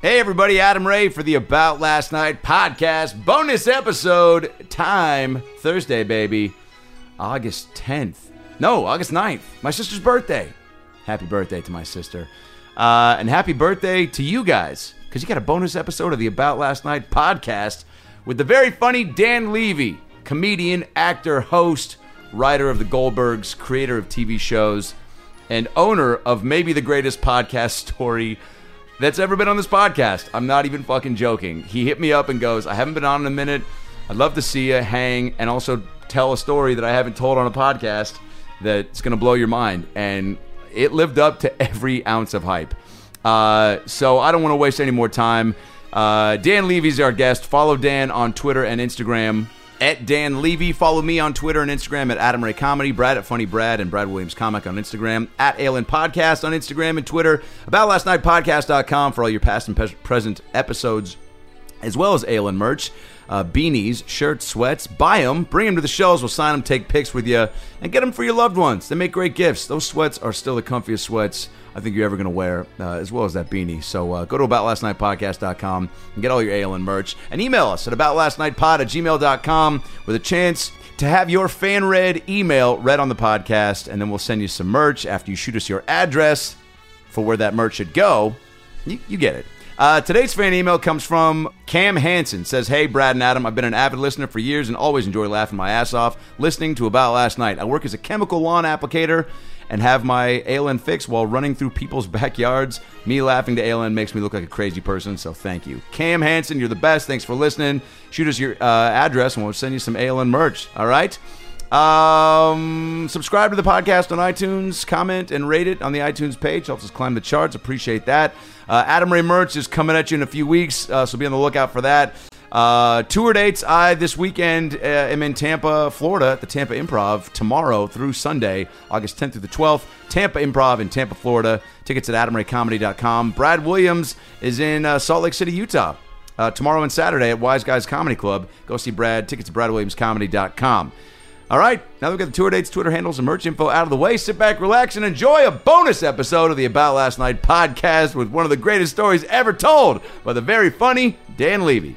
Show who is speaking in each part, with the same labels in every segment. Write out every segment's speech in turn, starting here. Speaker 1: Hey, everybody, Adam Ray for the About Last Night podcast bonus episode. Time Thursday, baby, August 10th. No, August 9th, my sister's birthday. Happy birthday to my sister. Uh, and happy birthday to you guys, because you got a bonus episode of the About Last Night podcast with the very funny Dan Levy, comedian, actor, host, writer of The Goldbergs, creator of TV shows, and owner of maybe the greatest podcast story that's ever been on this podcast. I'm not even fucking joking. He hit me up and goes, I haven't been on in a minute. I'd love to see you hang and also tell a story that I haven't told on a podcast that's going to blow your mind. And it lived up to every ounce of hype. Uh, so I don't want to waste any more time. Uh, Dan Levy's our guest. Follow Dan on Twitter and Instagram at Dan Levy. Follow me on Twitter and Instagram at Adam Ray Comedy, Brad at Funny Brad, and Brad Williams Comic on Instagram, at Alien Podcast on Instagram and Twitter, about last night podcast.com for all your past and pe- present episodes, as well as Alien merch, uh, beanies, shirts, sweats. Buy them, bring them to the shows. We'll sign them, take pics with you, and get them for your loved ones. They make great gifts. Those sweats are still the comfiest sweats. I think you're ever going to wear, uh, as well as that beanie. So uh, go to aboutlastnightpodcast.com and get all your ALN merch and email us at aboutlastnightpod at gmail.com with a chance to have your fan read email read on the podcast. And then we'll send you some merch after you shoot us your address for where that merch should go. You, you get it. Uh, today's fan email comes from Cam Hansen. Says, "Hey Brad and Adam, I've been an avid listener for years and always enjoy laughing my ass off listening to About Last Night. I work as a chemical lawn applicator and have my ALN fix while running through people's backyards. Me laughing to ALN makes me look like a crazy person. So thank you, Cam Hansen. You're the best. Thanks for listening. Shoot us your uh, address and we'll send you some ALN merch. All right." Um, subscribe to the podcast on iTunes, comment and rate it on the iTunes page. Helps us climb the charts. Appreciate that. Uh, Adam Ray merch is coming at you in a few weeks, uh, so be on the lookout for that. Uh, tour dates: I this weekend uh, am in Tampa, Florida, at the Tampa Improv tomorrow through Sunday, August 10th through the 12th. Tampa Improv in Tampa, Florida. Tickets at AdamRayComedy.com. Brad Williams is in uh, Salt Lake City, Utah uh, tomorrow and Saturday at Wise Guys Comedy Club. Go see Brad. Tickets at BradWilliamsComedy.com. All right, now that we've got the tour dates, Twitter handles, and merch info out of the way, sit back, relax, and enjoy a bonus episode of the About Last Night podcast with one of the greatest stories ever told by the very funny Dan Levy.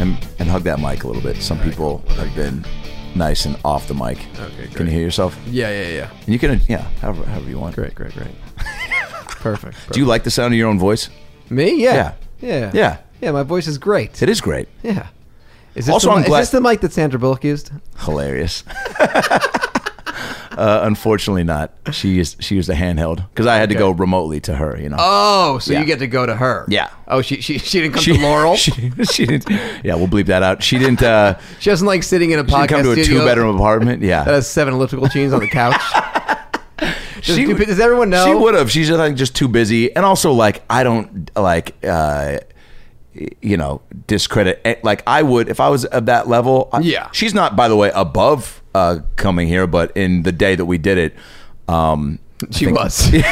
Speaker 1: And, and hug that mic a little bit. Some people have been nice and off the mic.
Speaker 2: Okay,
Speaker 1: Can you
Speaker 2: great.
Speaker 1: hear yourself?
Speaker 2: Yeah, yeah, yeah.
Speaker 1: And you can, yeah, however, however you want.
Speaker 2: Great, great, great. perfect, perfect.
Speaker 1: Do you like the sound of your own voice?
Speaker 2: me? Yeah.
Speaker 1: Yeah.
Speaker 2: Yeah.
Speaker 1: Yeah.
Speaker 2: Yeah, my voice is great.
Speaker 1: It is great.
Speaker 2: Yeah. Is this,
Speaker 1: Also,
Speaker 2: the,
Speaker 1: I'm
Speaker 2: mi-
Speaker 1: glad-
Speaker 2: is this the mic that Sandra Bullock used?
Speaker 1: Hilarious. Uh, unfortunately, not. She used she used a handheld because I had to
Speaker 2: Okay.
Speaker 1: go remotely to her. You know.
Speaker 2: Oh, so
Speaker 1: Yeah.
Speaker 2: you get to go to her.
Speaker 1: Yeah.
Speaker 2: Oh, she she, she didn't come to Laurel? She,
Speaker 1: She, she didn't. Yeah, we'll bleep that out. She didn't. Uh,
Speaker 2: doesn't like sitting in a
Speaker 1: she
Speaker 2: podcast
Speaker 1: didn't come to a
Speaker 2: studio
Speaker 1: two-bedroom apartment. Yeah,
Speaker 2: that has seven elliptical chains on the couch. does,
Speaker 1: She
Speaker 2: do-
Speaker 1: would-
Speaker 2: does everyone know?
Speaker 1: She would have. She's like just too busy, and also like I don't like uh, you know discredit. eh, Like I would if I was of that level. I-
Speaker 2: Yeah.
Speaker 1: she's not by the way above uh, coming here, but in the day that we did it, um,
Speaker 2: She was.
Speaker 1: yeah,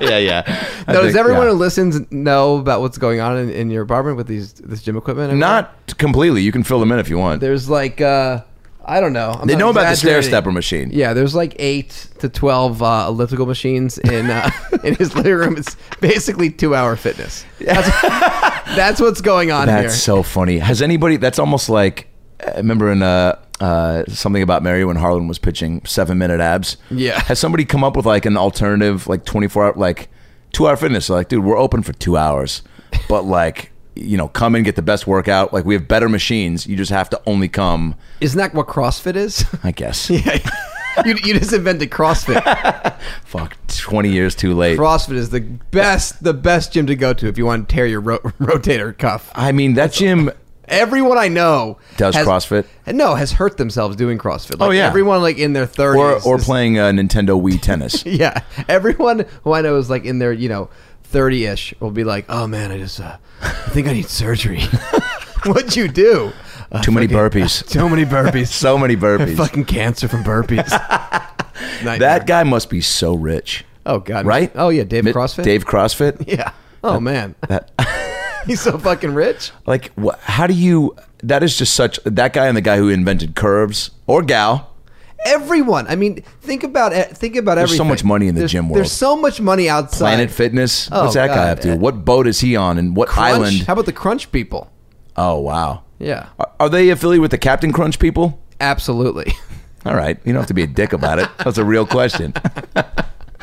Speaker 1: yeah. I
Speaker 2: Now, does
Speaker 1: think-
Speaker 2: everyone
Speaker 1: yeah.
Speaker 2: who listens know about what's going on in, in your apartment with these this gym equipment? and whatnot?
Speaker 1: Not completely. You can fill them in if you want.
Speaker 2: There's like uh I don't know. I'm
Speaker 1: They
Speaker 2: not
Speaker 1: know about the stair
Speaker 2: exaggerating.
Speaker 1: stepper machine.
Speaker 2: Yeah, there's like eight to twelve uh, elliptical machines in uh, in his living room. It's basically two hour fitness. That's, that's what's going on
Speaker 1: That's
Speaker 2: here.
Speaker 1: so funny. Has anybody? That's almost like I remember in uh, uh, something about Mary when Harlan was pitching seven minute abs.
Speaker 2: Yeah.
Speaker 1: Has somebody come up with like an alternative, like twenty four hour, like two hour fitness? Like, dude, we're open for two hours, but like you know, come and get the best workout. Like we have better machines. You just have to only come.
Speaker 2: Isn't that what CrossFit is?
Speaker 1: I guess.
Speaker 2: you, you just invented CrossFit.
Speaker 1: Fuck, twenty years too late.
Speaker 2: CrossFit is the best the best gym to go to if you want to tear your ro- rotator cuff.
Speaker 1: I mean, that gym
Speaker 2: Everyone I know
Speaker 1: Does
Speaker 2: has-
Speaker 1: CrossFit?
Speaker 2: No, has hurt themselves doing CrossFit. Like,
Speaker 1: Oh, yeah.
Speaker 2: everyone like in their thirties
Speaker 1: or or playing uh, Nintendo Wii tennis.
Speaker 2: Yeah, everyone who I know is like in their you know thirty ish will be like, oh man, I just uh, I think I need surgery. What'd you do? Uh,
Speaker 1: Too many
Speaker 2: fucking-
Speaker 1: burpees.
Speaker 2: So many burpees.
Speaker 1: so many burpees.
Speaker 2: fucking cancer from burpees. Nightmare.
Speaker 1: That guy must be so rich,
Speaker 2: Oh god.
Speaker 1: right?
Speaker 2: Oh yeah, Dave
Speaker 1: Mi-
Speaker 2: CrossFit.
Speaker 1: Dave CrossFit.
Speaker 2: Yeah. Oh man,
Speaker 1: That,
Speaker 2: he's so fucking rich.
Speaker 1: like, wh- how do you? That is just such. That guy and the guy who invented curves or gal.
Speaker 2: Everyone. I mean, think about it- think about
Speaker 1: There's so
Speaker 2: everything.
Speaker 1: much money in the
Speaker 2: There's-
Speaker 1: gym world.
Speaker 2: There's so much money outside.
Speaker 1: Planet Fitness.
Speaker 2: Oh,
Speaker 1: What's that
Speaker 2: God.
Speaker 1: guy up to? What boat is he on? And what
Speaker 2: Crunch.
Speaker 1: island?
Speaker 2: How about the crunch people?
Speaker 1: oh wow.
Speaker 2: Yeah.
Speaker 1: Are, are they affiliated with the Captain Crunch people?
Speaker 2: Absolutely.
Speaker 1: All right. You don't have to be a dick about it. That's a real question.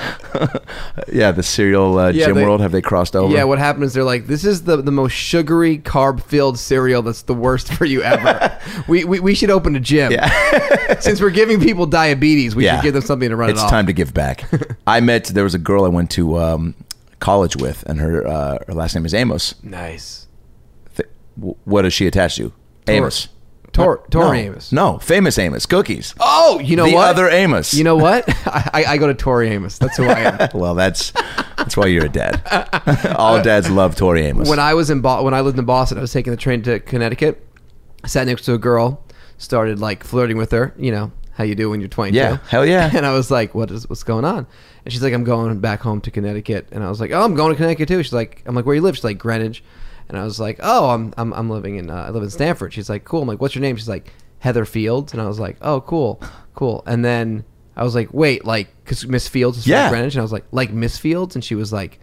Speaker 1: yeah, the cereal uh,
Speaker 2: Yeah,
Speaker 1: gym
Speaker 2: they-
Speaker 1: world. Have they crossed over?
Speaker 2: Yeah, what happened is they're like, this is the, the most sugary, carb filled cereal that's the worst for you ever. we, we we should open a gym. Since we're giving people diabetes, we
Speaker 1: Yeah.
Speaker 2: should give them something to run
Speaker 1: it's
Speaker 2: it off.
Speaker 1: time to give back. I met there was a girl I went to um, college with, and her uh, her last name is Amos.
Speaker 2: Nice.
Speaker 1: Th- w- what is she attached to? Amos.
Speaker 2: Tor, Tori
Speaker 1: no,
Speaker 2: Amos.
Speaker 1: No, famous Amos. Cookies.
Speaker 2: Oh, you know
Speaker 1: the
Speaker 2: what?
Speaker 1: other Amos.
Speaker 2: you know what? I, I, I go to Tori Amos. That's who I am.
Speaker 1: Well, that's that's why you're a dad. All dads love Tori Amos.
Speaker 2: when I was in Bo- when I lived in Boston, I was taking the train to Connecticut. Sat next to a girl, started like flirting with her. You know how you do when you're 22.
Speaker 1: Yeah, hell yeah.
Speaker 2: And I was like, "What is what's going on?" And she's like, "I'm going back home to Connecticut." And I was like, "Oh, I'm going to Connecticut too." She's like, "I'm like, where you live?" She's like, "Greenwich." And I was like, "Oh, I'm I'm, I'm living in uh, I live in Stanford." She's like, "Cool." I'm like, "What's your name?" She's like, "Heather Fields." And I was like, "Oh, cool, cool." And then I was like, "Wait, like, because Miss Fields is
Speaker 1: Yeah.
Speaker 2: from Greenwich?" And I was like, "Like Miss Fields?" And she was like.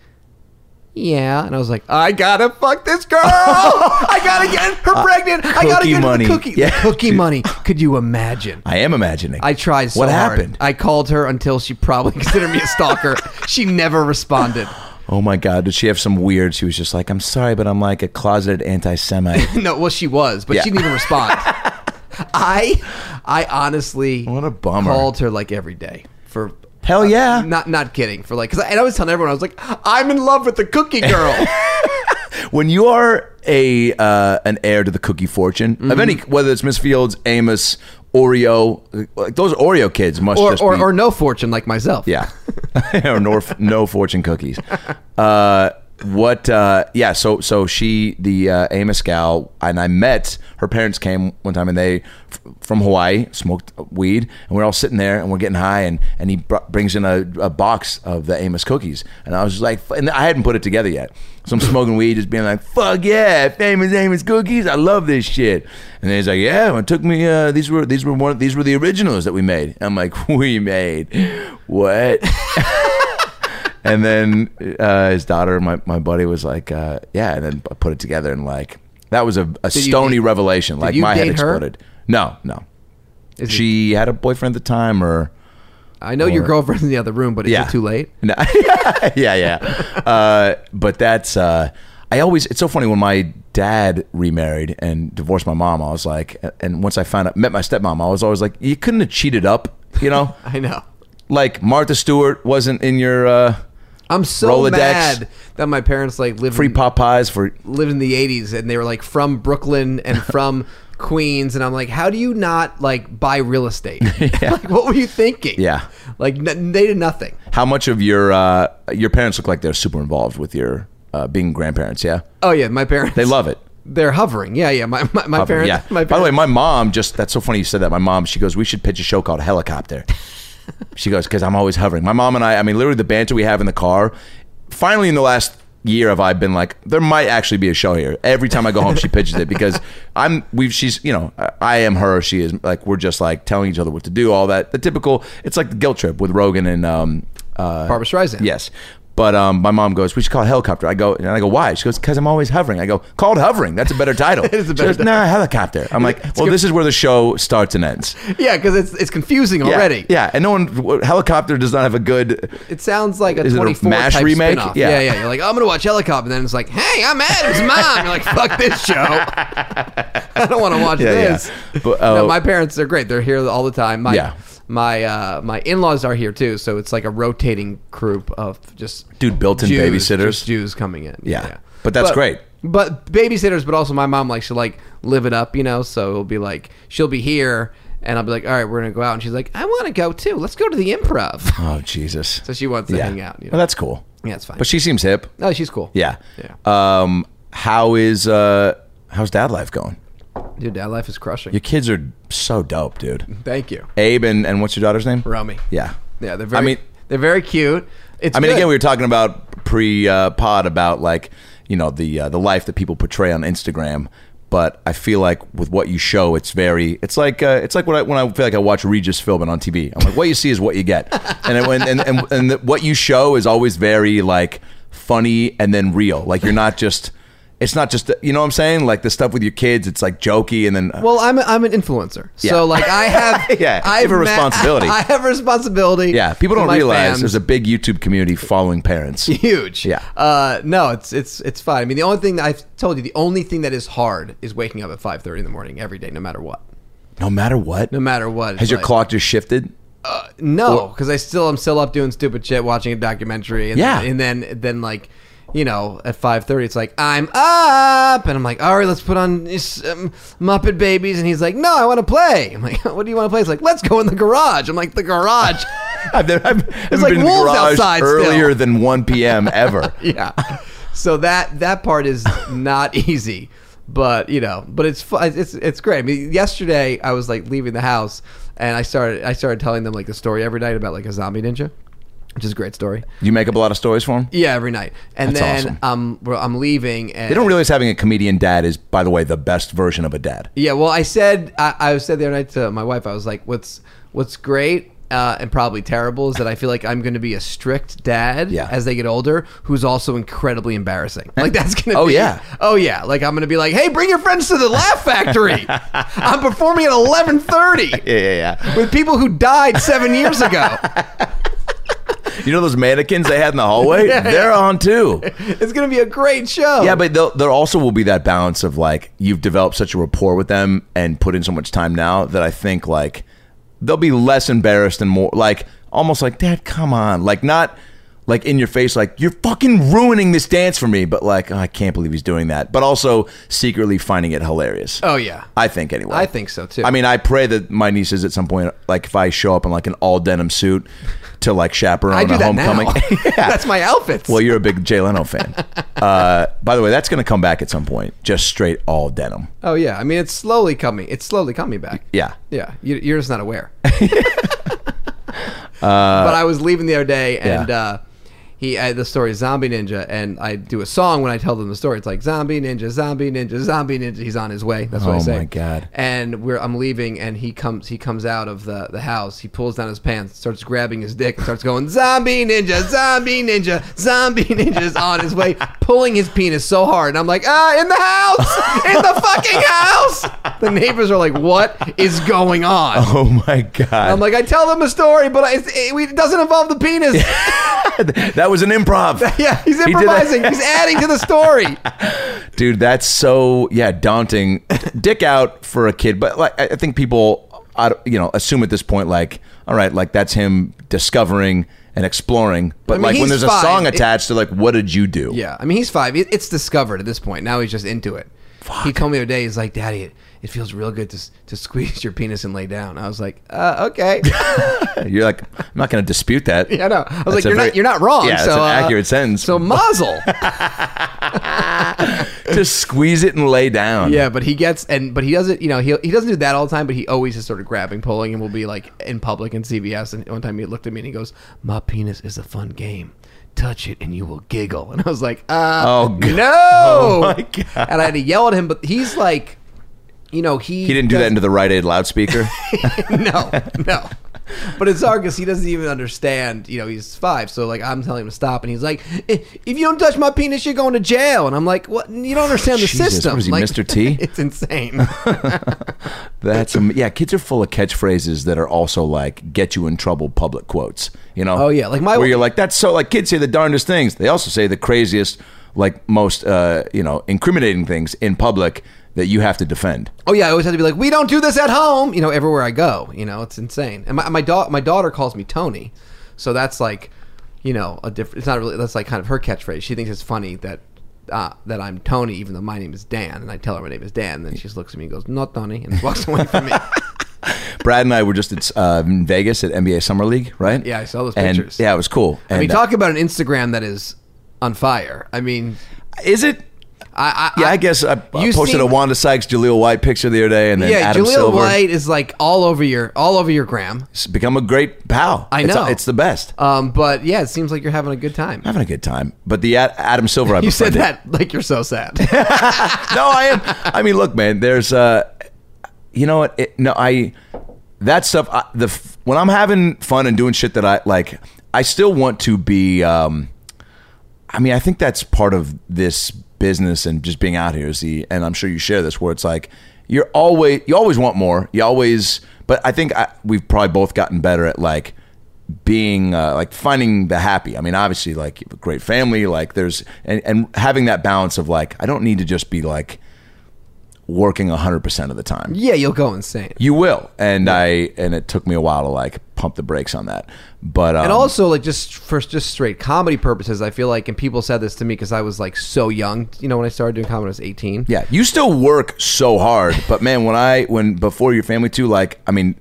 Speaker 2: Yeah, and I was like, I gotta fuck this girl. I gotta get her pregnant. I gotta
Speaker 1: Uh, cookie
Speaker 2: get her
Speaker 1: money.
Speaker 2: the cookie. the
Speaker 1: Yeah.
Speaker 2: cookie money. Could you imagine?
Speaker 1: I am imagining.
Speaker 2: I tried so
Speaker 1: What
Speaker 2: hard.
Speaker 1: happened?
Speaker 2: I called her until she probably considered me a stalker. she never responded.
Speaker 1: oh my God! Did she have some weird? She was just like, "I'm sorry, but I'm like a closeted anti-Semite."
Speaker 2: No, well, she was, but
Speaker 1: Yeah.
Speaker 2: she didn't even respond. I, I honestly,
Speaker 1: What a bummer.
Speaker 2: Called her like every day for. uh,
Speaker 1: Hell yeah.
Speaker 2: Not not kidding for like because and I was telling everyone I was like I'm in love with the cookie girl.
Speaker 1: when you are a uh, an heir to the cookie fortune of
Speaker 2: Mm-hmm.
Speaker 1: any, whether it's Miss Fields, Amos, Oreo, like those Oreo kids must
Speaker 2: or,
Speaker 1: just
Speaker 2: or,
Speaker 1: be,
Speaker 2: or no fortune like myself.
Speaker 1: yeah, or no, no fortune cookies. Uh, what? Uh, yeah. So so she the uh, Amos gal and I met her parents came one time and they f- from Hawaii smoked weed and we're all sitting there and we're getting high and and he br- brings in a, a box of the Amos cookies and I was just like and I hadn't put it together yet so I'm smoking weed just being like fuck yeah famous Amos cookies I love this shit and then he's like yeah it took me uh, these were these were one these were the originals that we made I'm like we made what and then uh, his daughter, my, my buddy, was like, uh, yeah, and then I put it together and like that was a, a
Speaker 2: you
Speaker 1: stony
Speaker 2: date-
Speaker 1: revelation. Like
Speaker 2: you
Speaker 1: my head
Speaker 2: date her?
Speaker 1: exploded. No, no.
Speaker 2: Is it-
Speaker 1: she had a boyfriend at the time, or
Speaker 2: I know your
Speaker 1: Or-
Speaker 2: girlfriend's in the other room, but is
Speaker 1: Yeah.
Speaker 2: it too late?
Speaker 1: No. yeah, yeah. Uh, but that's uh, I always. It's so funny when my dad remarried and divorced my mom. I was like, and once I found out, met my stepmom, I was always like, you couldn't have cheated up, you know?
Speaker 2: I know.
Speaker 1: like Martha Stewart wasn't in your uh,
Speaker 2: I'm so
Speaker 1: Rolodex.
Speaker 2: mad that my parents like lived
Speaker 1: free
Speaker 2: in,
Speaker 1: Popeyes for
Speaker 2: lived in the 80s and they were like from Brooklyn and from Queens and I'm like, how do you not like buy real estate? like, what were you thinking?
Speaker 1: Yeah.
Speaker 2: like n- they did nothing.
Speaker 1: How much of your uh, your parents look like they're super involved with your uh, being grandparents? Yeah,
Speaker 2: Oh yeah, my parents.
Speaker 1: they love it.
Speaker 2: They're hovering. Yeah, yeah. My my, my
Speaker 1: Hovering,
Speaker 2: parents.
Speaker 1: yeah.
Speaker 2: My parents.
Speaker 1: By the way, my mom just that's so funny you said that. My mom, she goes, we should pitch a show called Helicopter. she goes because I'm always hovering. My mom and I, I mean, literally the banter we have in the car. Finally, in the last year, have I been like, there might actually be a show here. Every time I go home, she pitches it because I'm we've she's you know I- I am her, she is like we're just like telling each other what to do, all that the typical. It's like the guilt trip with Rogan and um uh,
Speaker 2: Barbra Streisand.
Speaker 1: Yes. But um, my mom goes, we should call it helicopter. I go, and I go, why? She goes, because I'm always hovering. I go, called hovering. That's a better title.
Speaker 2: is a
Speaker 1: She
Speaker 2: better
Speaker 1: goes, nah, helicopter. I'm like, well, this is where the show starts and ends.
Speaker 2: yeah, because it's it's confusing
Speaker 1: Yeah,
Speaker 2: already.
Speaker 1: Yeah. And no one, w- helicopter does not have a good,
Speaker 2: It sounds like a
Speaker 1: Is it a
Speaker 2: 24
Speaker 1: MASH
Speaker 2: type
Speaker 1: remake?
Speaker 2: spinoff.
Speaker 1: Yeah.
Speaker 2: Yeah. yeah, You're like, I'm gonna watch Helicopter, and then it's like, hey, I'm Adam's mom. You're like, fuck this show. I don't want to watch
Speaker 1: Yeah, yeah.
Speaker 2: this.
Speaker 1: But, uh,
Speaker 2: no, my parents are great. They're here all the time. My
Speaker 1: Yeah.
Speaker 2: my uh, my in laws are here too, so it's like a rotating group of just
Speaker 1: Dude, built-in
Speaker 2: Jews,
Speaker 1: babysitters.
Speaker 2: just Jews coming in.
Speaker 1: yeah. But that's great.
Speaker 2: but babysitters, but also my mom likes to like live it up, you know. So it'll be like she'll be here, and I'll be like, all right, we're gonna go out, and she's like, I want to go too. Let's go to the improv.
Speaker 1: Oh Jesus.
Speaker 2: So she wants to hang out. You know?
Speaker 1: Well, that's cool.
Speaker 2: yeah, it's fine.
Speaker 1: But she seems hip.
Speaker 2: no, she's cool.
Speaker 1: Yeah.
Speaker 2: Yeah.
Speaker 1: Um, how is uh, how's dad life going?
Speaker 2: dude, dad life is crushing.
Speaker 1: Your kids are so dope, dude.
Speaker 2: Thank you,
Speaker 1: Abe and, and what's your daughter's name?
Speaker 2: Romy.
Speaker 1: Yeah.
Speaker 2: Mm-hmm. Yeah, they're very.
Speaker 1: I mean-
Speaker 2: they're very cute. It's.
Speaker 1: I mean,
Speaker 2: good.
Speaker 1: again, we were talking about pre uh, pod about like you know the uh, the life that people portray on Instagram, but I feel like with what you show, it's very it's like uh, it's like when I when I feel like I watch Regis Philbin on TV. I'm like, what you see is what you get, and it, and and and, and the, what you show is always very like funny and then real. Like you're not just. It's not just you know what I'm saying like the stuff with your kids. It's like jokey and then uh,
Speaker 2: Well, I'm a, I'm an influencer,
Speaker 1: Yeah.
Speaker 2: so like I have
Speaker 1: Yeah, you
Speaker 2: I
Speaker 1: have a
Speaker 2: ma-
Speaker 1: responsibility.
Speaker 2: I have a responsibility.
Speaker 1: yeah. People
Speaker 2: to
Speaker 1: don't
Speaker 2: my
Speaker 1: realize
Speaker 2: fans.
Speaker 1: there's a big YouTube community following parents.
Speaker 2: huge.
Speaker 1: Yeah.
Speaker 2: Uh, no, it's it's it's fine. I mean, the only thing that I've told you, the only thing that is hard is waking up at five thirty in the morning every day, no matter what.
Speaker 1: No matter what,
Speaker 2: No matter what. it's
Speaker 1: has your
Speaker 2: like-
Speaker 1: clock just shifted?
Speaker 2: No, because I still I'm still up doing stupid shit, watching a documentary. And
Speaker 1: Yeah.
Speaker 2: and then then like. You know, at five thirty, it's like I'm up, and I'm like, all right, let's put on this, um, Muppet Babies, and he's like, no, I want to play. I'm like, what do you want to play? He's like, let's go in the garage. I'm like, the garage.
Speaker 1: I've, never, I've, I've
Speaker 2: like
Speaker 1: been in the
Speaker 2: wolves
Speaker 1: garage
Speaker 2: outside still.
Speaker 1: earlier than 1 p.m. ever.
Speaker 2: yeah. So that that part is not easy, but you know, but it's fu- it's it's great. I mean, yesterday I was like leaving the house and I started I started telling them like the story every night about like a zombie ninja, which is a great story.
Speaker 1: You make up a lot of stories for him.
Speaker 2: Yeah, every night. And
Speaker 1: That's
Speaker 2: then
Speaker 1: awesome.
Speaker 2: um well, I'm leaving and
Speaker 1: They don't realize having a comedian dad is, by the way, the best version of a dad.
Speaker 2: Yeah, well, I said I, I said the other night to my wife, I was like, "What's what's great uh, and probably terrible is that I feel like I'm going to be a strict dad
Speaker 1: Yeah.
Speaker 2: as they get older, who's also incredibly embarrassing. Like that's going to
Speaker 1: Oh,
Speaker 2: be,
Speaker 1: yeah.
Speaker 2: oh yeah, like I'm going to be like, hey, bring your friends to the Laugh Factory. I'm performing at 11:30
Speaker 1: yeah, yeah.
Speaker 2: with people who died seven years ago.
Speaker 1: You know those mannequins they had in the hallway? They're on too.
Speaker 2: it's going to be a great show.
Speaker 1: Yeah, but they'll- there also will be that balance of like you've developed such a rapport with them and put in so much time now that I think like they'll be less embarrassed and more like almost like Dad, come on, like not like in your face, like you're fucking ruining this dance for me, but like oh, I can't believe he's doing that, but also secretly finding it hilarious.
Speaker 2: oh yeah,
Speaker 1: I think anyway.
Speaker 2: I think so, too.
Speaker 1: I mean, I pray that my nieces at some point, like if I show up in like an all denim suit to like chaperone
Speaker 2: I do
Speaker 1: a
Speaker 2: that
Speaker 1: homecoming.
Speaker 2: now.
Speaker 1: Yeah.
Speaker 2: That's my outfits.
Speaker 1: Well, you're a big Jay Leno fan. Uh, by the way, that's going to come back at some point. Just straight all denim.
Speaker 2: oh yeah, I mean, it's slowly coming. It's slowly coming back.
Speaker 1: Yeah.
Speaker 2: Yeah, you, you're just not aware. but I was leaving the other day,
Speaker 1: Uh,
Speaker 2: and
Speaker 1: Yeah.
Speaker 2: uh, he I, the story is Zombie Ninja, and I do a song when I tell them the story. It's like Zombie Ninja, Zombie Ninja, Zombie Ninja. He's on his way. That's what I
Speaker 1: Oh,
Speaker 2: say.
Speaker 1: my God.
Speaker 2: And we're I'm leaving, and he comes he comes out of the the house. He pulls down his pants, starts grabbing his dick, and starts going Zombie Ninja, Zombie Ninja, Zombie Ninja is on his way, pulling his penis so hard. And I'm like, ah, in the house, in the fucking house. The neighbors are like, what is going on?
Speaker 1: Oh my god!
Speaker 2: I'm like, I tell them a story, but I, it, it doesn't involve the penis.
Speaker 1: that was an improv.
Speaker 2: yeah, he's
Speaker 1: did that.
Speaker 2: improvising. he's adding to the story.
Speaker 1: dude that's so yeah daunting dick out for a kid but like i I think people I don't- you know assume at this point like all right like that's him discovering and exploring but
Speaker 2: I mean,
Speaker 1: like when
Speaker 2: he's
Speaker 1: there's a
Speaker 2: fine.
Speaker 1: song
Speaker 2: It-
Speaker 1: attached to like what did you do
Speaker 2: Yeah, I mean, he's five. It, it's discovered at this point. Now he's just into it. He told me the other day, he's like, Daddy, it, it feels real good to, s- to squeeze your penis and lay down. I was like, uh, okay.
Speaker 1: you're like i'm not gonna dispute that
Speaker 2: yeah, no. I was like,
Speaker 1: a
Speaker 2: you're
Speaker 1: very-
Speaker 2: not you're not wrong.
Speaker 1: Yeah,
Speaker 2: so,
Speaker 1: that's an
Speaker 2: uh,
Speaker 1: accurate sentence.
Speaker 2: So mazel.
Speaker 1: just squeeze it and lay down
Speaker 2: yeah, but he gets and but he doesn't. You know, he he doesn't do that all the time. But he always is sort of grabbing, pulling, and will be like in public in CVS. And one time he looked at me and he goes, "My penis is a fun game. Touch it and you will giggle." And I was like, uh,
Speaker 1: Oh, God.
Speaker 2: no!"
Speaker 1: Oh, my God.
Speaker 2: And I had to yell at him, but he's like, you know, he
Speaker 1: he didn't do that into the right aid loudspeaker
Speaker 2: no, no. But it's hard because he doesn't even understand. You know, he's five, so like I'm telling him to stop, and he's like, "If if you don't touch my penis, you're going to jail." And I'm like, "What? You don't understand the
Speaker 1: Jesus, what
Speaker 2: system."
Speaker 1: is he,
Speaker 2: like,
Speaker 1: Mr. T?
Speaker 2: It's insane.
Speaker 1: That's am- yeah. Kids are full of catchphrases that are also like get you in trouble public quotes. You know?
Speaker 2: Oh, yeah, like my-
Speaker 1: where you're like that's so like kids say the darndest things. They also say the craziest, like most uh, you know incriminating things in public that you have to defend.
Speaker 2: Oh yeah, I always had to be like, we don't do this at home. You know, everywhere I go, you know, it's insane. And my my, da- my daughter calls me Tony, so that's like, you know, a different. It's not really. That's like kind of her catchphrase. She thinks it's funny that uh, that I'm Tony, even though my name is Dan, and I tell her my name is Dan, and then she just looks at me and goes, "Not Tony," and walks away from me.
Speaker 1: Brad and I were just at, uh, in Vegas at NBA Summer League, right?
Speaker 2: Yeah, I saw those
Speaker 1: And,
Speaker 2: pictures.
Speaker 1: Yeah, it was cool.
Speaker 2: I mean,
Speaker 1: And, uh,
Speaker 2: talk about an Instagram that is on fire. I mean,
Speaker 1: uh, is it?
Speaker 2: I, I
Speaker 1: Yeah, I guess I, I
Speaker 2: You
Speaker 1: posted a
Speaker 2: seem-
Speaker 1: Wanda Sykes, Jaleel White picture the other day, and then
Speaker 2: yeah,
Speaker 1: Adam
Speaker 2: Jaleel
Speaker 1: Silver.
Speaker 2: White is like all over your all over your gram.
Speaker 1: It's become a great pal.
Speaker 2: I
Speaker 1: It's-
Speaker 2: know.
Speaker 1: it's, the best.
Speaker 2: Um, but yeah, it seems like you're having a good time.
Speaker 1: I'm having a good time. But the Ad- Adam Silver, I
Speaker 2: You said
Speaker 1: befriended-
Speaker 2: that like you're so sad.
Speaker 1: no, I am. I mean, look, man. There's, uh, you know what? It, no, I. That stuff. I, the f- when I'm having fun and doing shit that I like, I still want to be. Um, I mean, I think that's part of this business and just being out here is the. And I'm sure you share this, where it's like you're always you always want more. You always, but I think I, we've probably both gotten better at like being uh, like finding the happy. I mean, obviously, like you have a great family, like there's and and having that balance of like I don't need to just be like working 100% of the time.
Speaker 2: yeah, you'll go insane.
Speaker 1: You will. And I and it took me a while to like pump the brakes on that. But um,
Speaker 2: And also, like just for just straight comedy purposes, I feel like, and people said this to me because I was like so young. You know, when I started doing comedy, I was 18.
Speaker 1: yeah, you still work so hard, but man, when I when before your family too like I mean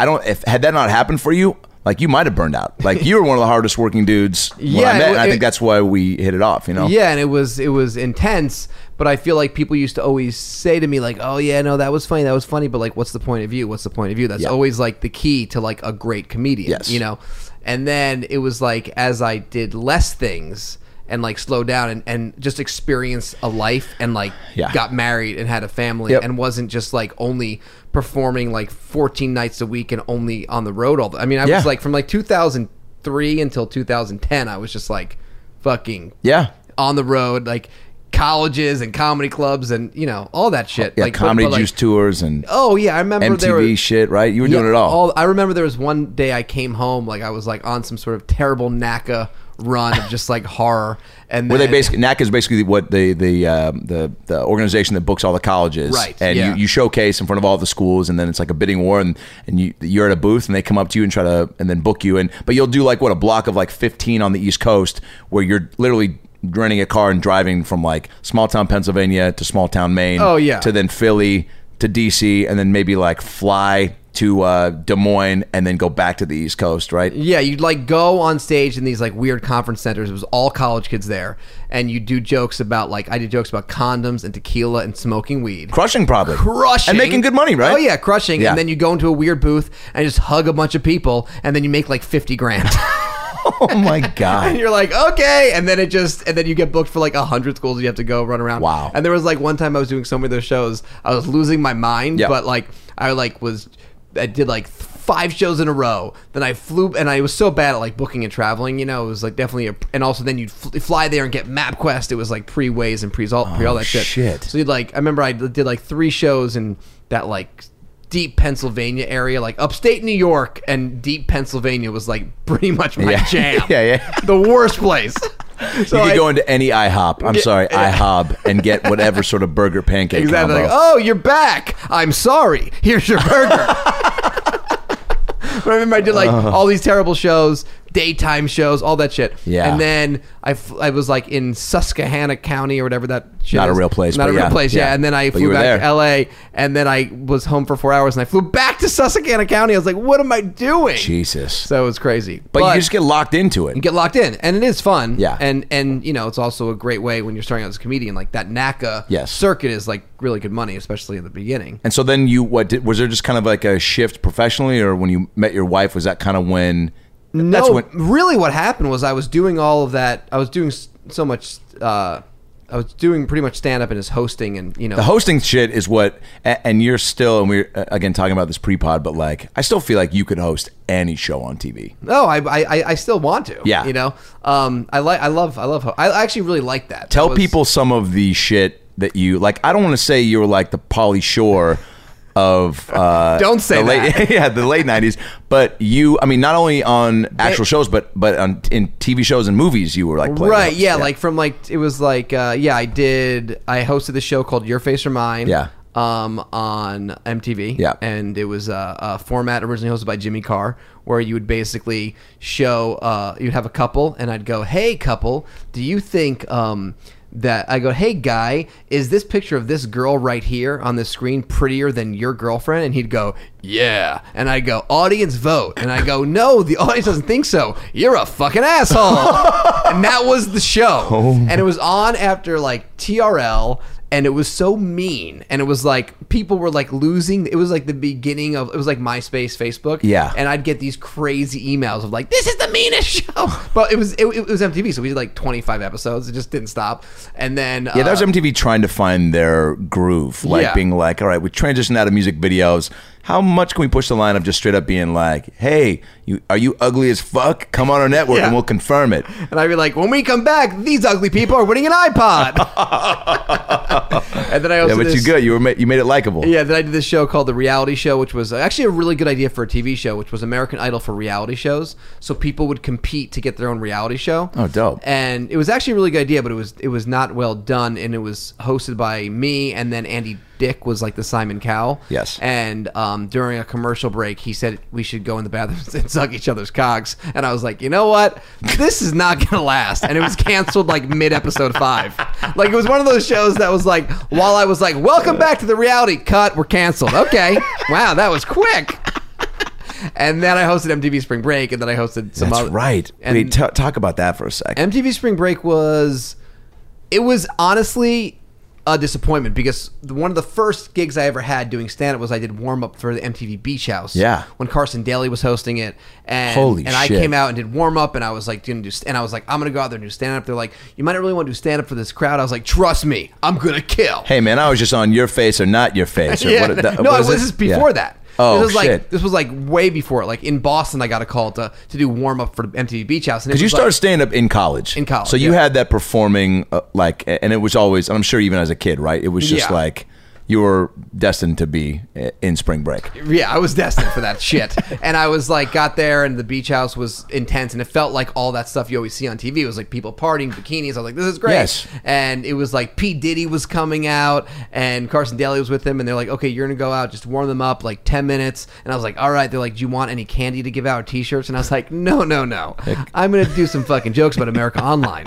Speaker 1: I don't if had that not happened for you like you might have burned out. Like you were one of the hardest working dudes when
Speaker 2: Yeah,
Speaker 1: I met,
Speaker 2: it-
Speaker 1: and I think
Speaker 2: it-
Speaker 1: that's why we hit it off. You know,
Speaker 2: Yeah, and it was it was intense, but I feel like people used to always say to me like, "Oh yeah, no, that was funny, that was funny," but like, what's the point of view? What's the point of view? That's
Speaker 1: Yeah.
Speaker 2: always like the key to like a great comedian,
Speaker 1: Yes.
Speaker 2: you know. And then it was like as I did less things and like slowed down and, and just experienced a life and like
Speaker 1: Yeah.
Speaker 2: got married and had a family
Speaker 1: Yep.
Speaker 2: and wasn't just like only performing like 14 nights a week and only on the road all the I mean I
Speaker 1: Yeah.
Speaker 2: was like from like 2003 until 2010 I was just like fucking
Speaker 1: yeah,
Speaker 2: on the road, like colleges and comedy clubs and you know all that shit.
Speaker 1: yeah.
Speaker 2: like but-
Speaker 1: comedy
Speaker 2: but, like,
Speaker 1: juice tours and
Speaker 2: Oh yeah, I remember there
Speaker 1: MTV
Speaker 2: was,
Speaker 1: shit, right? You were doing
Speaker 2: yeah,
Speaker 1: it all.
Speaker 2: I remember there was one day I came home, like I was like on some sort of terrible NACA run of just like horror. And
Speaker 1: Where they
Speaker 2: then-
Speaker 1: basically NAC is basically what the the um, the the organization that books all the colleges,
Speaker 2: Right,
Speaker 1: And
Speaker 2: yeah.
Speaker 1: you, you showcase in front of all the schools, and then it's like a bidding war, and and you you're at a booth, and they come up to you and try to and then book you, and but you'll do like what a block of like 15 on the East Coast, where you're literally renting a car and driving from like small town Pennsylvania to small town Maine,
Speaker 2: Oh, yeah.
Speaker 1: to then Philly to DC, and then maybe like fly to uh, Des Moines, and then go back to the East Coast, right?
Speaker 2: Yeah, you'd like go on stage in these like weird conference centers. It was all college kids there, and you do jokes about like I did jokes about condoms and tequila and smoking weed.
Speaker 1: Crushing probably
Speaker 2: crushing
Speaker 1: and making good money, right?
Speaker 2: Oh yeah, crushing.
Speaker 1: Yeah.
Speaker 2: And then you go into a weird booth and just hug a bunch of people, and then you make like fifty grand.
Speaker 1: Oh my god.
Speaker 2: and you're like, okay. And then it just, and then you get booked for like a hundred schools you have to go run around.
Speaker 1: Wow.
Speaker 2: And there was like one time I was doing so many of those shows, I was losing my mind.
Speaker 1: Yeah.
Speaker 2: But like, I like was, I did like th- five shows in a row. Then I flew, and I was so bad at like booking and traveling. You know, it was like definitely a, and also then you'd fl- fly there and get MapQuest. It was like pre Waze and pre all, pre all that shit.
Speaker 1: Oh, shit.
Speaker 2: So you'd like, I remember I did like three shows in that like deep Pennsylvania area, like upstate New York and deep Pennsylvania was like pretty much my
Speaker 1: Yeah.
Speaker 2: jam.
Speaker 1: Yeah, yeah.
Speaker 2: The worst place. So
Speaker 1: you could
Speaker 2: I-
Speaker 1: go into any IHOP. I'm sorry, IHOB, and get whatever sort of burger pancake
Speaker 2: exactly. Like,
Speaker 1: combo.
Speaker 2: oh, you're back. I'm sorry. Here's your burger. but I remember I did like
Speaker 1: Uh.
Speaker 2: all these terrible shows, daytime shows, all that shit.
Speaker 1: Yeah.
Speaker 2: And then I, f- I was like in Susquehanna County or whatever that shit
Speaker 1: Not a
Speaker 2: is.
Speaker 1: real place,
Speaker 2: Not
Speaker 1: but
Speaker 2: a real
Speaker 1: yeah,
Speaker 2: place, yeah.
Speaker 1: yeah.
Speaker 2: And then I
Speaker 1: But you
Speaker 2: flew
Speaker 1: were
Speaker 2: back
Speaker 1: there.
Speaker 2: to LA and then I was home for four hours and I flew back to Susquehanna County. I was like, what am I doing?
Speaker 1: Jesus.
Speaker 2: oh. So it was crazy.
Speaker 1: but, you just get locked into it.
Speaker 2: and get locked in and it is fun
Speaker 1: Yeah.
Speaker 2: and and you know it's also a great way when you're starting out as a comedian like that naca
Speaker 1: Yes.
Speaker 2: circuit is like really good money especially in the beginning
Speaker 1: and so then you what did, was there just kind of like a shift professionally, or when you met your wife, was that kind of when? that's
Speaker 2: no
Speaker 1: when.
Speaker 2: really what happened was i was doing all of that i was doing s- so much uh i was doing pretty much stand up and just hosting and you know
Speaker 1: The hosting shit is what, a- and you're still, and we're uh, again talking about this pre-pod, but like, I still feel like you could host any show on TV.
Speaker 2: no I, I I- i still want to
Speaker 1: Yeah.
Speaker 2: you know um i like i love i love ho- i actually really like that
Speaker 1: Tell
Speaker 2: That was-
Speaker 1: people some of the shit that you like. I don't want to say you were like the Polly Shore of uh,
Speaker 2: Don't say
Speaker 1: the late,
Speaker 2: that.
Speaker 1: yeah, the late nineties. But you, I mean, not only on actual shows, but but on in TV shows and movies, you were like playing
Speaker 2: right
Speaker 1: host.
Speaker 2: yeah, like from like it was like uh, yeah i did i hosted the show called your face or mine
Speaker 1: Yeah.
Speaker 2: um, on MTV,
Speaker 1: Yeah.
Speaker 2: and it was a, a format originally hosted by Jimmy Carr, where you would basically show uh, you'd have a couple, and I'd go, "Hey, couple, do you think um, that I go, hey guy, is this picture of this girl right here on the screen prettier than your girlfriend? And he'd go, yeah. And I go, audience vote. And I go, no, the audience doesn't think so. You're a fucking asshole. and that was the show.
Speaker 1: Oh
Speaker 2: And it was on after like TRL. And it was so mean, and it was like people were like losing. It was like the beginning of it was like MySpace, Facebook,
Speaker 3: Yeah.
Speaker 2: And I'd get these crazy emails of like, "This is the meanest show," but it was it, it was MTV, so we did like 25 episodes. It just didn't stop, and then
Speaker 1: Yeah, that was
Speaker 2: uh,
Speaker 1: MTV trying to find their groove, like
Speaker 2: Yeah.
Speaker 1: being like, all right, we transitioned out of music videos. How much can we push the line of just straight up being like, hey, you are you ugly as fuck? Come on our network
Speaker 2: Yeah.
Speaker 1: and we'll confirm it.
Speaker 2: and I'd be like, "When we come back, these ugly people are winning an iPod," and then I also
Speaker 1: yeah, but
Speaker 2: did
Speaker 1: you
Speaker 2: this-
Speaker 1: good. You were ma- you made it likable.
Speaker 2: Yeah, then I did this show called The Reality Show, which was actually a really good idea for a TV show, which was American Idol for reality shows. So people would compete to get their own reality show.
Speaker 1: Oh, dope.
Speaker 2: And it was actually a really good idea, but it was it was not well done, and it was hosted by me, and then Andy Dick was like the Simon Cowell.
Speaker 1: Yes.
Speaker 2: And um, during a commercial break, he said we should go in the bathrooms and suck each other's cocks, and I was like, you know what, this is not gonna last, and it was canceled like mid episode five. Like it was one of those shows that was like, while I was like, welcome back to the reality cut, we're canceled. Okay, wow, that was quick. And then I hosted MTV Spring Break, and then I hosted some
Speaker 1: That's
Speaker 2: other-
Speaker 1: right.
Speaker 2: and-
Speaker 1: Wait, t- talk about that for a second.
Speaker 2: MTV Spring Break was it was honestly a disappointment because one of the first gigs I ever had doing stand up was I did warm up for the MTV Beach House.
Speaker 1: Yeah.
Speaker 2: When Carson Daly was hosting it and
Speaker 1: Holy
Speaker 2: and I
Speaker 1: shit.
Speaker 2: came out and did warm up and I was like gonna do st- and I was like I'm going to go out there and do stand up. They're like you might not really want to do stand up for this crowd. I was like trust me, I'm going to kill.
Speaker 1: hey man, I was just on your face or not your face. Or
Speaker 2: Yeah.
Speaker 1: what, that-
Speaker 2: no,
Speaker 1: what
Speaker 2: it
Speaker 1: is
Speaker 2: was, this is
Speaker 1: Yeah.
Speaker 2: before that.
Speaker 1: Oh
Speaker 2: this was like
Speaker 1: shit!
Speaker 2: this was like way before it. Like in Boston, I got a call to to do warm up for MTV Beach House.
Speaker 1: Because you started
Speaker 2: started.
Speaker 1: stand up in college.
Speaker 2: In college,
Speaker 1: So you
Speaker 2: yeah.
Speaker 1: had that performing, uh, like, and it was always, and I'm sure even as a kid, right? It was just
Speaker 2: Yeah.
Speaker 1: like you were destined to be i- in spring break.
Speaker 2: Yeah, I was destined for that shit. And I was like, got there, and the beach house was intense, and it felt like all that stuff you always see on TV. It was like people partying, bikinis. I was like, this is great.
Speaker 1: Yes.
Speaker 2: And it was like P. Diddy was coming out, and Carson Daly was with him, and they're like, okay, you're going to go out, just warm them up, like 10 minutes. And I was like, all right. They're like, do you want any candy to give out or t shirts? And I was like, no, no, no. I'm going to do some fucking jokes about America Online.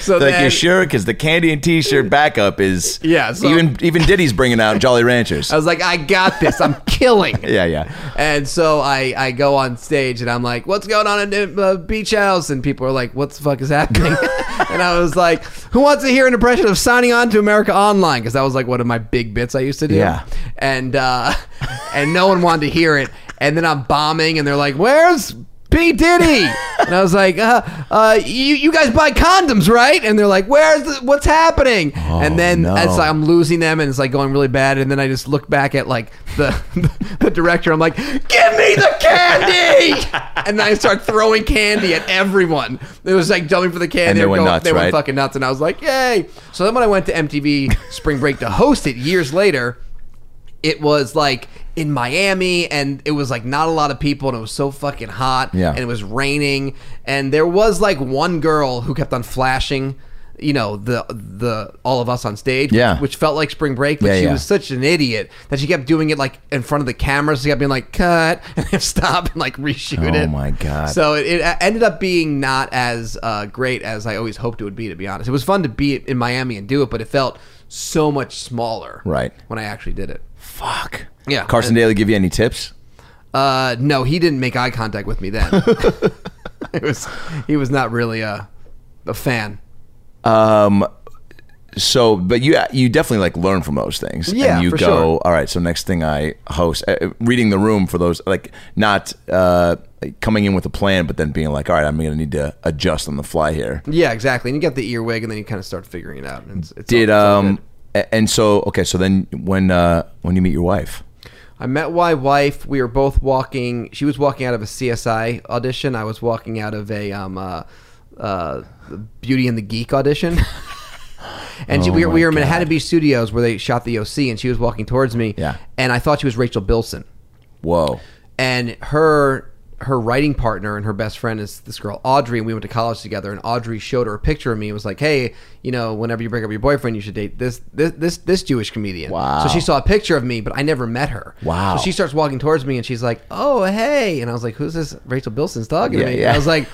Speaker 2: so
Speaker 1: Like
Speaker 2: then,
Speaker 1: you're sure, because the candy and T-shirt backup is
Speaker 2: Yeah, so-
Speaker 1: even even Diddy's bringing out Jolly Ranchers.
Speaker 2: I was like, I got this. I'm killing.
Speaker 1: yeah, yeah.
Speaker 2: And so I, I go on stage and I'm like, what's going on in uh, Beach House? And people are like, what the fuck is happening? and I was like, who wants to hear an impression of signing on to America Online? Because that was like one of my big bits I used to do.
Speaker 1: Yeah.
Speaker 2: And uh, and no one wanted to hear it. And then I'm bombing and they're like, where's P Diddy? and I was like, uh, uh, you you guys buy condoms, right? And they're like, where's the, what's happening? and then
Speaker 1: Oh, no.
Speaker 2: it's like, I'm losing them and it's like going really bad and then I just look back at like the the director I'm like give me the candy and then I start throwing candy at everyone it was like jumping for the candy
Speaker 1: And they
Speaker 2: were
Speaker 1: went
Speaker 2: going-
Speaker 1: nuts,
Speaker 2: they
Speaker 1: right?
Speaker 2: went fucking nuts and I was like yay so then when I went to MTV Spring Break to host it years later it was like in Miami and it was like not a lot of people and it was so fucking hot
Speaker 1: Yeah.
Speaker 2: and it was raining and there was like one girl who kept on flashing you know the the all of us on stage which-
Speaker 1: Yeah.
Speaker 2: which, felt like spring break but
Speaker 1: Yeah,
Speaker 2: she
Speaker 1: yeah.
Speaker 2: was such an idiot that she kept doing it like in front of the cameras she kept being like cut and then stop and like reshoot
Speaker 1: Oh
Speaker 2: it
Speaker 1: my God.
Speaker 2: so it, it ended up being not as uh, great as I always hoped it would be to be honest it was fun to be in Miami and do it but it felt so much smaller
Speaker 1: Right.
Speaker 2: when I actually did it
Speaker 1: Fuck.
Speaker 2: Yeah.
Speaker 1: Carson Daly give you any tips?
Speaker 2: uh, no, he didn't make eye contact with me then. it was he was not really a a fan.
Speaker 1: Um, so, but you you definitely like learn from those things.
Speaker 2: Yeah,
Speaker 1: and you
Speaker 2: for
Speaker 1: go,
Speaker 2: sure.
Speaker 1: all right. So next thing I host, uh, reading the room for those like not uh, coming in with a plan, but then being like, all right, I'm gonna need to adjust on the fly here.
Speaker 2: Yeah, exactly. And you get the earwig, and then you kind of start figuring it out. And it's, it's
Speaker 1: Did
Speaker 2: all- it's all
Speaker 1: um,
Speaker 2: good.
Speaker 1: a- and so okay, so then when uh when you meet your wife,
Speaker 2: I met my wife. We were both walking. She was walking out of a CSI audition. I was walking out of a um, uh, uh, Beauty and the Geek audition. and she, we, were- we were in Manhattan Beach Studios where they shot the OC, and she was walking towards me.
Speaker 1: Yeah.
Speaker 2: And I thought she was Rachel Bilson.
Speaker 1: whoa,
Speaker 2: and her her writing partner and her best friend is this girl Audrey, and we went to college together. And Audrey showed her a picture of me and was like, "Hey, you know, whenever you break up with your boyfriend, you should date this this this, this Jewish comedian."
Speaker 1: Wow.
Speaker 2: So she saw a picture of me, but I never met her.
Speaker 1: Wow.
Speaker 2: So she starts walking towards me, and she's like, "Oh, hey," and I was like, "Who's this Rachel Bilson's talking
Speaker 1: Yeah,
Speaker 2: to me?"
Speaker 1: yeah.
Speaker 2: I was like,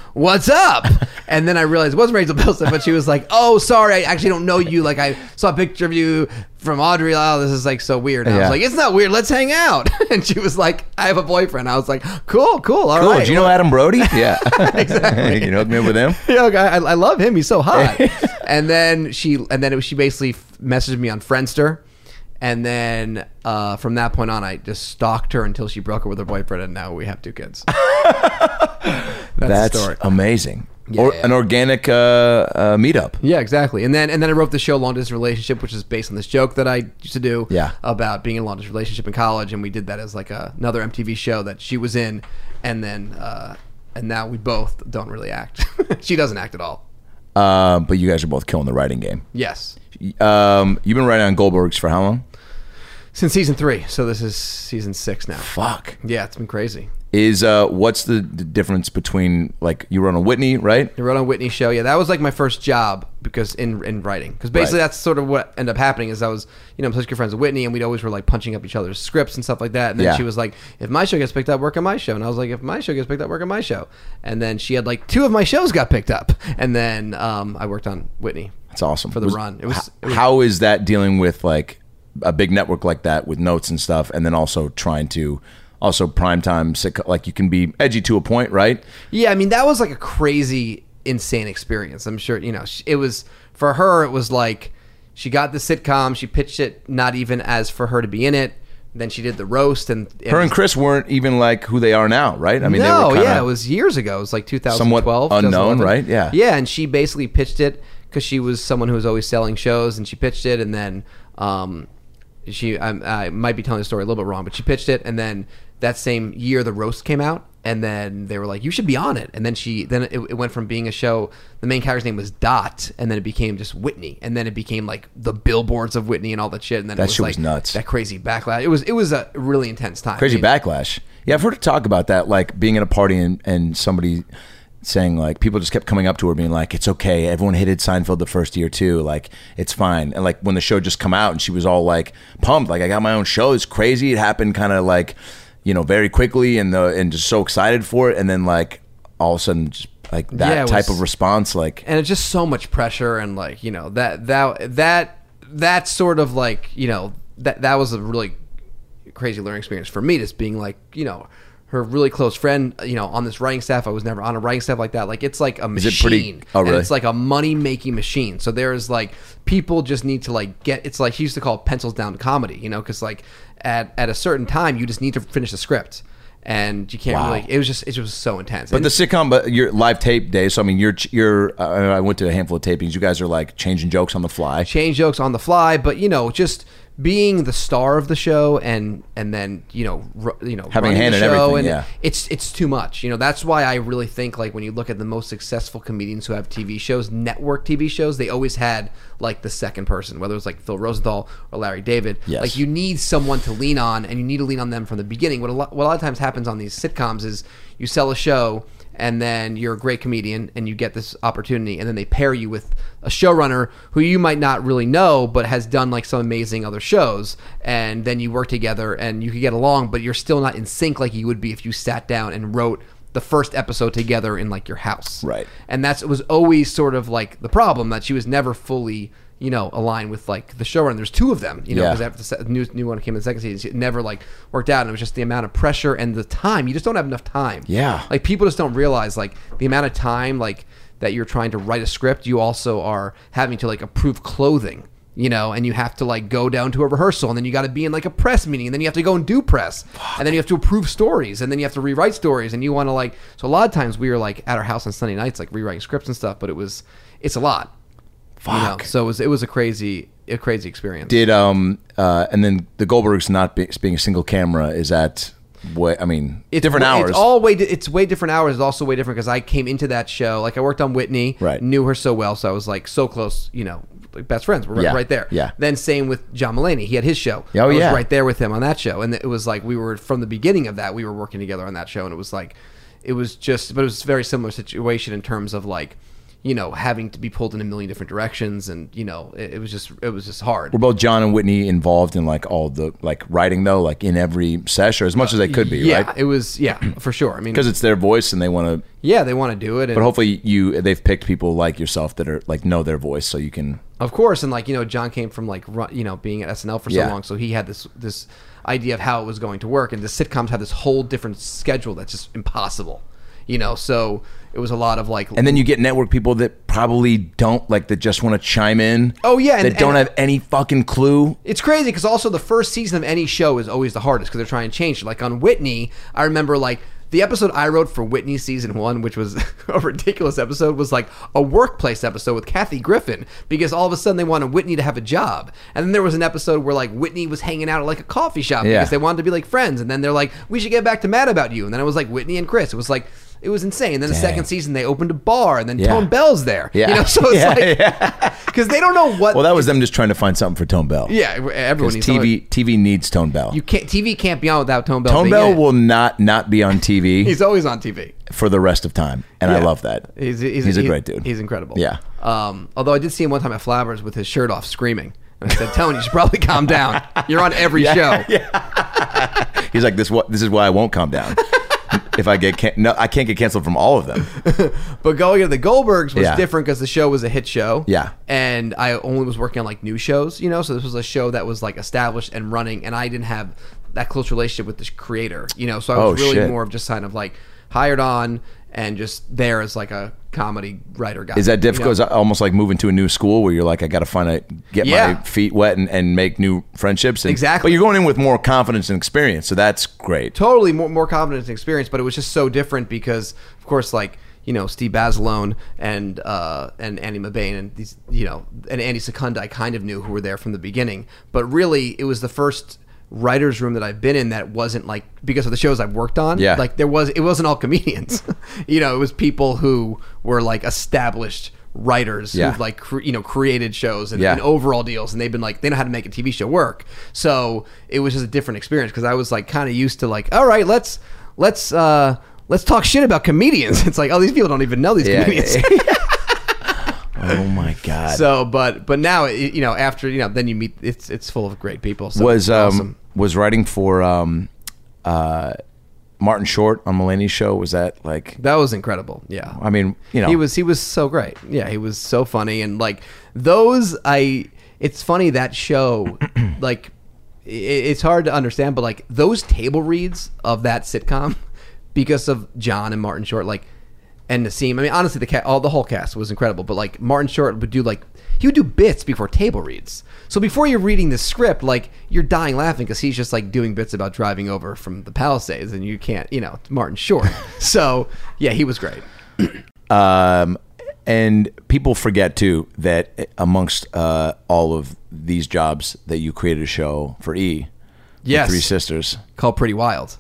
Speaker 2: "What's up?" and then I realized it wasn't Rachel Bilson, but she was like, "Oh, sorry, I actually don't know you. Like, I saw a picture of you." From Audrey, oh, this is like so weird. And I
Speaker 1: Yeah.
Speaker 2: was like, it's not weird. Let's hang out. And she was like, I have a boyfriend. I was like, cool, cool. all right.
Speaker 1: Cool. Oh, Do you know Adam Brody? Yeah. exactly. you know me up with him?
Speaker 2: Yeah, like, I, I love him. He's so hot. and then she, and then it was, she basically f- messaged me on Friendster, and then uh, from that point on, I just stalked her until she broke up with her boyfriend, and now we have two kids.
Speaker 1: That's,
Speaker 2: the story.
Speaker 1: amazing.
Speaker 2: Yeah,
Speaker 1: or
Speaker 2: yeah.
Speaker 1: an organic uh, uh, meetup.
Speaker 2: Yeah, exactly. And then and then I wrote the show Long Distance Relationship, which is based on this joke that I used to do
Speaker 1: Yeah.
Speaker 2: about being in a long distance relationship in college, and we did that as like a, another MTV show that she was in, and then uh, and now we both don't really act. she doesn't act at all.
Speaker 1: Uh, but you guys are both killing the writing game.
Speaker 2: Yes,
Speaker 1: Um, you've been writing on Goldberg's for how long?
Speaker 2: since season three, so this is season six now.
Speaker 1: Fuck.
Speaker 2: Yeah, it's been crazy.
Speaker 1: Is uh, what's the, the difference between like you run a Whitney, right?
Speaker 2: The Rhode Island Whitney show. Yeah, that was like my first job because in in writing because basically
Speaker 1: Right.
Speaker 2: that's sort of what ended up happening is I was you know I'm such good friends with Whitney and we'd always were like punching up each other's scripts and stuff like that and then
Speaker 1: Yeah.
Speaker 2: she was like if my show gets picked up work on my show and I was like if my show gets picked up work on my show and then she had like two of my shows got picked up and then um, I worked on Whitney
Speaker 1: That's awesome.
Speaker 2: for the run. It was- it was-
Speaker 1: how is that dealing with like a big network like that with notes and stuff, and then also trying to also primetime sitcom like you can be edgy to a point, right?
Speaker 2: Yeah, I mean that was like a crazy, insane experience. I'm sure you know sh- it was for her. It was like she got the sitcom, she pitched it, not even as for her to be in it. Then she did the roast, and it
Speaker 1: Her
Speaker 2: was-
Speaker 1: and Chris weren't even like who they are now, right? I mean,
Speaker 2: no,
Speaker 1: they were
Speaker 2: yeah,
Speaker 1: kind
Speaker 2: it
Speaker 1: of
Speaker 2: was years ago. It was like 2012,
Speaker 1: unknown,
Speaker 2: 2011.
Speaker 1: right? Yeah.
Speaker 2: yeah, and she basically pitched it because she was someone who was always selling shows, and she pitched it, and then um, she I, I might be telling the story a little bit wrong, but she pitched it, and then that same year the roast came out, and then they were like, "You should be on it," and then she then it, it went from being a show. The main character's name was Dot, and then it became just Whitney, and then it became like the billboards of Whitney and all that shit, and then
Speaker 1: That
Speaker 2: it was
Speaker 1: shit
Speaker 2: like
Speaker 1: was nuts.
Speaker 2: That crazy backlash. It was it was a really intense time.
Speaker 1: crazy
Speaker 2: I mean,
Speaker 1: backlash. Yeah, I've heard her talk about that, like being at a party and, and somebody saying like people just kept coming up to her being like, It's okay, everyone hated Seinfeld the first year too, like it's fine. And like when the show just come out and she was all like pumped, like I got my own show, it's crazy. It happened kinda like, you know, very quickly and the and just so excited for it and then like all of a sudden just like that
Speaker 2: Yeah, it
Speaker 1: type
Speaker 2: was-
Speaker 1: of response, like
Speaker 2: and it's just so much pressure and like you know that that that that sort of like you know that that was a really crazy learning experience for me just being like you know her really close friend you know on this writing staff i was never on a writing staff like that like it's like a machine
Speaker 1: it pretty- oh,
Speaker 2: and
Speaker 1: really?
Speaker 2: it's like a money making machine so there's like people just need to like get it's like she used to call it pencils down comedy you know because like at at a certain time you just need to finish the script and you can't
Speaker 1: Wow.
Speaker 2: really it was just it was so intense
Speaker 1: But the sitcom, but your live tape day. So I mean, you're you're. Uh, I went to a handful of tapings. You guys are like changing jokes on the fly.
Speaker 2: change jokes on the fly, but you know, just being the star of the show and and then you know ru- you know
Speaker 1: Having a
Speaker 2: running
Speaker 1: hand
Speaker 2: the
Speaker 1: in
Speaker 2: show
Speaker 1: everything,
Speaker 2: and
Speaker 1: yeah.
Speaker 2: it's it's too much you know that's why i really think like when you look at the most successful comedians who have tv shows network tv shows they always had like the second person whether it's like phil rosenthal or larry david
Speaker 1: Yes.
Speaker 2: like you need someone to lean on and you need to lean on them from the beginning what a lot, what a lot of times happens on these sitcoms is you sell a show and then you're a great comedian and you get this opportunity and then they pair you with a showrunner who you might not really know but has done like some amazing other shows and then you work together and you could get along but you're still not in sync like you would be if you sat down and wrote the first episode together in like your house
Speaker 1: Right.
Speaker 2: and that's it was always sort of like the problem that she was never fully you know aligned with like the showrunner there's two of them you know
Speaker 1: Yeah.
Speaker 2: because after the se- new, new one came in the second season it never like worked out and it was just the amount of pressure and the time you just don't have enough time
Speaker 1: Yeah.
Speaker 2: like people just don't realize like the amount of time like that you're trying to write a script you also are having to like approve clothing you know and you have to like go down to a rehearsal and then you got to be in like a press meeting and then you have to go and do press and then you have to approve stories and then you have to rewrite stories and you want to like so a lot of times we were like at our house on sunday nights like rewriting scripts and stuff but it was it's a lot Fuck. so it was it was a crazy a crazy experience
Speaker 1: Did um uh, and then the Goldbergs not be, being a single camera is at what I mean different
Speaker 2: wa-
Speaker 1: hours.
Speaker 2: It's all way. di- It's way different hours. It's also way different because I came into that show like I worked on Whitney,
Speaker 1: Right.
Speaker 2: Knew her so well, so I was like so close. You know, like best friends. We're right,
Speaker 1: Yeah,
Speaker 2: right there.
Speaker 1: yeah.
Speaker 2: Then same with John Mulaney. He had his show.
Speaker 1: Oh,
Speaker 2: I was
Speaker 1: yeah.
Speaker 2: Right there with him on that show, and it was like we were from the beginning of that. We were working together on that show, and it was like. it was just, but it was a very similar situation in terms of like, you know, having to be pulled in a million different directions, and you know, it, it was just, it was just hard.
Speaker 1: Were both John and Whitney involved in like all the like writing though, like in every sesh or as much as they could be,
Speaker 2: yeah,
Speaker 1: right?
Speaker 2: it was, yeah, for sure. I mean,
Speaker 1: Because it's their voice and they want to.
Speaker 2: yeah, they want to do it, and
Speaker 1: But hopefully you they've picked people like yourself that are like know their voice, so you can.
Speaker 2: of course, and like you know, John came from like run, you know being at SNL for so
Speaker 1: Yeah.
Speaker 2: long, so he had this this idea of how it was going to work, and the sitcoms have this whole different schedule that's just impossible, you know. So it was a lot of like,
Speaker 1: And then you get network people that probably don't like that just want to chime in.
Speaker 2: Oh, yeah,
Speaker 1: that
Speaker 2: and-
Speaker 1: don't
Speaker 2: and-
Speaker 1: have any fucking clue.
Speaker 2: It's crazy because also the first season of any show is always the hardest because they're trying to change it. Like on Whitney, I remember like the episode I wrote for Whitney season one, which was a ridiculous episode, was like a workplace episode with Kathy Griffin because all of a sudden they wanted Whitney to have a job. And then there was an episode where like Whitney was hanging out at like a coffee shop
Speaker 1: Yeah.
Speaker 2: because they wanted to be like friends. And then they're like, we should get back to Mad About You. And then it was like Whitney and Chris. It was like, it was insane. And then the second season they opened a bar and then
Speaker 1: Yeah.
Speaker 2: Tone Bell's there.
Speaker 1: Yeah.
Speaker 2: You know, so it's
Speaker 1: Yeah,
Speaker 2: like, because they don't know what.
Speaker 1: Well, that was them just trying to find something for Tone Bell.
Speaker 2: yeah, everyone
Speaker 1: because
Speaker 2: needs someone-
Speaker 1: TV TV needs Tone Bell.
Speaker 2: You can't. TV can't be on without Tone Bell.
Speaker 1: Tone
Speaker 2: being
Speaker 1: Bell
Speaker 2: in it.
Speaker 1: will not not be on TV
Speaker 2: He's always on TV.
Speaker 1: for the rest of time, and I
Speaker 2: Yeah.
Speaker 1: love that.
Speaker 2: He's he's,
Speaker 1: a
Speaker 2: he-
Speaker 1: great dude.
Speaker 2: He's incredible.
Speaker 1: Yeah.
Speaker 2: Um. Although I did see him one time at Flabbers with his shirt off, screaming. And I said, Tony, you should probably calm down. You're on every show.
Speaker 1: He's like this. What this is why I won't calm down. if I get can- no, I can't get canceled from all of them.
Speaker 2: But going to the Goldbergs was
Speaker 1: Yeah.
Speaker 2: different because the show was a hit show.
Speaker 1: Yeah.
Speaker 2: And I only was working on like new shows, you know. So this was a show that was like established and running, and I didn't have that close relationship with this creator, you know. So I was
Speaker 1: Oh,
Speaker 2: really
Speaker 1: shit.
Speaker 2: more of just kind of like hired on and just there as like a comedy writer guy.
Speaker 1: Is that
Speaker 2: you know?
Speaker 1: difficult? Is that almost like moving to a new school where you're like, I got to find a get
Speaker 2: Yeah.
Speaker 1: my feet wet and, and make new friendships. And,
Speaker 2: Exactly.
Speaker 1: But you're going in with more confidence and experience, so that's great.
Speaker 2: totally more, more confidence and experience, but it was just so different because, of course, like you know Steve Basilone and uh, and Andy Mabane and these you know and Andy Secunda I kind of knew who were there from the beginning, but really it was the first writers room that I've been in that wasn't like because of the shows I've worked on.
Speaker 1: Yeah.
Speaker 2: like there was it wasn't all comedians, you know, it was people who were like established writers
Speaker 1: Yeah.
Speaker 2: who've like cre- you know created shows and,
Speaker 1: Yeah.
Speaker 2: and overall deals and they've been like they know how to make a TV show work. So it was just a different experience because I was like kind of used to like all right let's let's uh let's talk shit about comedians. It's like oh these people don't even know these comedians.
Speaker 1: oh my god.
Speaker 2: so but but now it, you know after you know then you meet it's it's full of great people. So
Speaker 1: was
Speaker 2: it's
Speaker 1: um
Speaker 2: awesome.
Speaker 1: was writing for um uh Martin Short on Mulaney's show. Was that like?
Speaker 2: that was incredible. Yeah.
Speaker 1: I mean, you know,
Speaker 2: he was he was so great. Yeah, he was so funny and like those I it's funny that show like i it's hard to understand but like those table reads of that sitcom because of John and Martin Short like and Nassim. I mean honestly the ca- all the whole cast was incredible but like Martin Short would do like he would do bits before table reads. So before you're reading the script like you're dying laughing cuz he's just like doing bits about driving over from the Palisades and you can't, you know, it's Martin Short. so, yeah, he was great.
Speaker 1: Um, and people forget too that amongst uh, all of these jobs that you created a show for E, the
Speaker 2: Yes.
Speaker 1: Three Sisters.
Speaker 2: called Pretty Wild.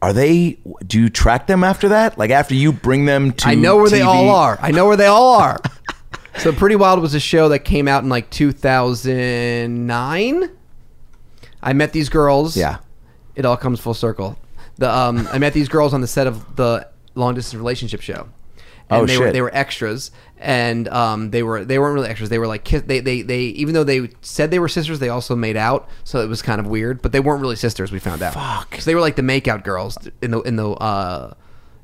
Speaker 1: Are they? Do you track them after that? Like after you bring them to?
Speaker 2: I know where they
Speaker 1: TV?
Speaker 2: all are. I know where they all are. so Pretty Wild was a show that came out in like 2009. I met these girls.
Speaker 1: Yeah.
Speaker 2: It all comes full circle. The um, I met these girls on the set of the long distance relationship show. And
Speaker 1: Oh,
Speaker 2: they were
Speaker 1: shit.
Speaker 2: they were extras and um, they were they weren't really extras. They were like ki- they, they they even though they said they were sisters, they also made out, so it was kind of weird, but they weren't really sisters, we found out.
Speaker 1: Fuck.
Speaker 2: So they were like the makeout girls in the in the uh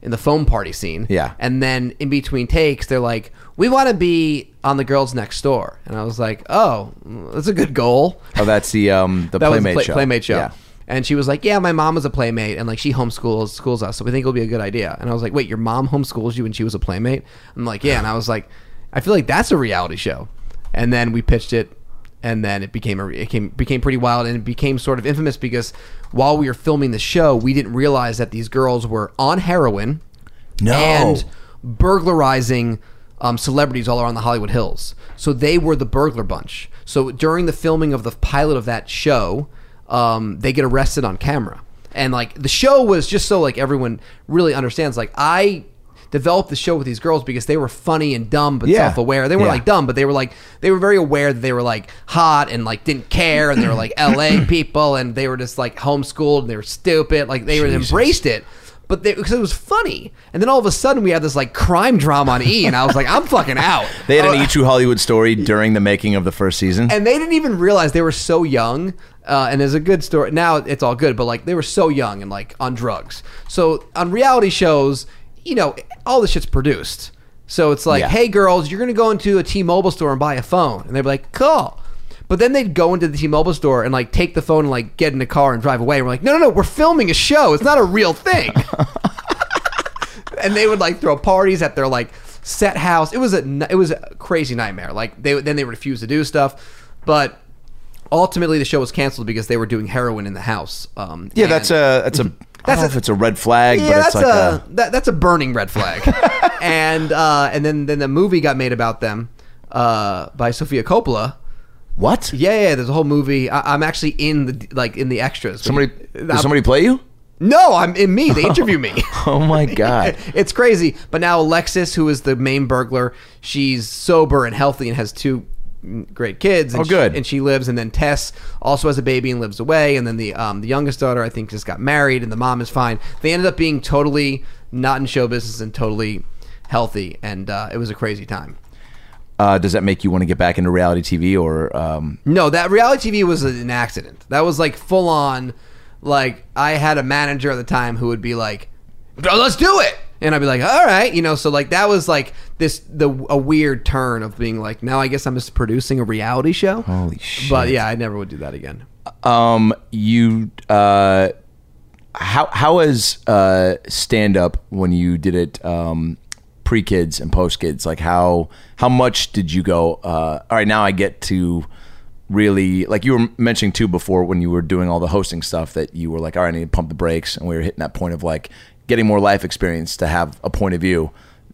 Speaker 2: in the foam party scene.
Speaker 1: Yeah.
Speaker 2: And then in between takes, they're like, "We want to be on the girls next door." And I was like, "Oh, that's a good goal."
Speaker 1: Oh, that's the um the
Speaker 2: that was a
Speaker 1: playmate
Speaker 2: Play-
Speaker 1: show.
Speaker 2: Playmate show.
Speaker 1: Yeah.
Speaker 2: And she was like, "Yeah, my mom was a playmate, and like she homeschools schools us, so we think it'll be a good idea." And I was like, "Wait, your mom homeschools you, and she was a playmate?" I'm like, "Yeah," and I was like, "I feel like that's a reality show." And then we pitched it, and then it became a re- it came, became pretty wild, and it became sort of infamous because while we were filming the show, we didn't realize that these girls were on heroin
Speaker 1: No.
Speaker 2: and burglarizing um, celebrities all around the Hollywood Hills. So they were the burglar bunch. So during the filming of the pilot of that show, um, they get arrested on camera. And like the show was just so like everyone really understands. Like I developed the show with these girls because they were funny and dumb but
Speaker 1: Yeah.
Speaker 2: self-aware. They were
Speaker 1: Yeah.
Speaker 2: like dumb, but they were like they were very aware that they were like hot and like didn't care and they were like LA people and they were just like homeschooled and they were stupid. Like they were embraced it. But they, because it was funny, and then all of a sudden we had this like crime drama on E, and I was like, I'm fucking out.
Speaker 1: They had an
Speaker 2: Oh,
Speaker 1: E True Hollywood story during the making of the first season.
Speaker 2: and they didn't even realize they were so young. Uh, and there's a good story. Now it's all good, but like they were so young and like on drugs. So on reality shows, you know, all this shit's produced. So it's like,
Speaker 1: Yeah.
Speaker 2: hey girls, you're gonna go into a T-Mobile store and buy a phone, and they'd be like, cool. But then they'd go into the T-Mobile store and like take the phone and like get in the car and drive away. And we're like, no, no, no, we're filming a show. It's not a real thing. and they would like throw parties at their like set house. It was a n- it was a crazy nightmare. Like they then they refused to do stuff, but ultimately the show was canceled because they were doing heroin in the house. Um,
Speaker 1: yeah,
Speaker 2: and-
Speaker 1: that's a that's a. I
Speaker 2: That's
Speaker 1: don't
Speaker 2: a-
Speaker 1: know if it's a red flag,
Speaker 2: yeah,
Speaker 1: but it's
Speaker 2: that's
Speaker 1: like a,
Speaker 2: a, that, that's a burning red flag. and uh, and then then the movie got made about them uh, by Sofia Coppola.
Speaker 1: what?
Speaker 2: Yeah, yeah. There's a whole movie. I, I'm actually in the like in the extras.
Speaker 1: Somebody,
Speaker 2: I'm-
Speaker 1: did somebody play you?
Speaker 2: No, I'm in me. They interview me.
Speaker 1: Oh my god!
Speaker 2: it's crazy. But now Alexis, who is the main burglar, she's sober and healthy and has two mm, great kids. And
Speaker 1: Oh, good.
Speaker 2: She, and she lives. And then Tess also has a baby and lives away. And then the um, the youngest daughter, I think, just got married, and the mom is fine. They ended up being totally not in show business and totally healthy, and uh, it was a crazy time.
Speaker 1: Uh, does that make you want to get back into reality TV or? Um,
Speaker 2: No, that reality TV was an accident. That was like full on. Like I had a manager at the time who would be like, "Let's do it," and I'd be like, "All right," you know. So like that was like this the a weird turn of being like, now I guess I'm just producing a reality show.
Speaker 1: Holy shit.
Speaker 2: But yeah, I never would do that again.
Speaker 1: um, you uh, how how is uh stand up when you did it um pre kids and post kids? Like how how much did you go? Uh, all right, now I get to really like you were mentioning too before when you were doing all the hosting stuff that you were like, all right, I need to pump the brakes, and we were hitting that point of like getting more life experience to have a point of view.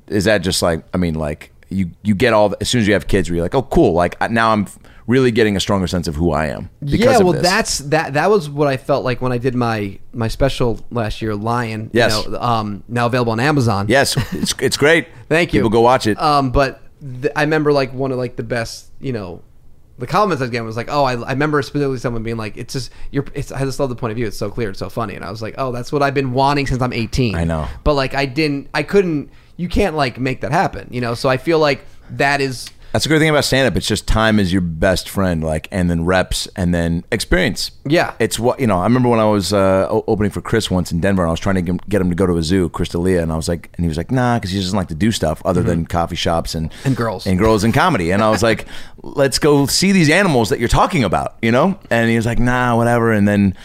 Speaker 1: Is that just like I mean like you you get all the, as soon as you have kids where you're like oh cool like I- now I'm really getting a stronger sense of who I am because
Speaker 2: yeah,
Speaker 1: of
Speaker 2: well,
Speaker 1: this.
Speaker 2: that's that. That was what I felt like when I did my my special last year, Lion. you
Speaker 1: Yes.
Speaker 2: know, um, now available on Amazon.
Speaker 1: Yes, it's, it's great.
Speaker 2: Thank you.
Speaker 1: People go watch it.
Speaker 2: Um, but th- I remember like one of like the best, you know, the comments I was getting was like, "Oh, I, I remember specifically someone being like, it's just you're, it's I just love the point of view. It's so clear, it's so funny." And I was like, "Oh, that's what I've been wanting since I'm 18."
Speaker 1: I know.
Speaker 2: but like I didn't, I couldn't. You can't like make that happen, you know. So I feel like that is
Speaker 1: That's a great thing about stand up. It's just time is your best friend, like, and then reps, and then experience.
Speaker 2: Yeah.
Speaker 1: it's what you know. I remember when I was uh, o- opening for Chris once in Denver, and I was trying to get him- get him to go to a zoo, Chris D'Elia, and I was like, and he was like, nah, because he doesn't like to do stuff
Speaker 2: Mm-hmm.
Speaker 1: other than coffee shops and
Speaker 2: And girls.
Speaker 1: and girls and comedy. And I was like, let's go see these animals that you're talking about, you know? And he was like, nah, whatever. And then,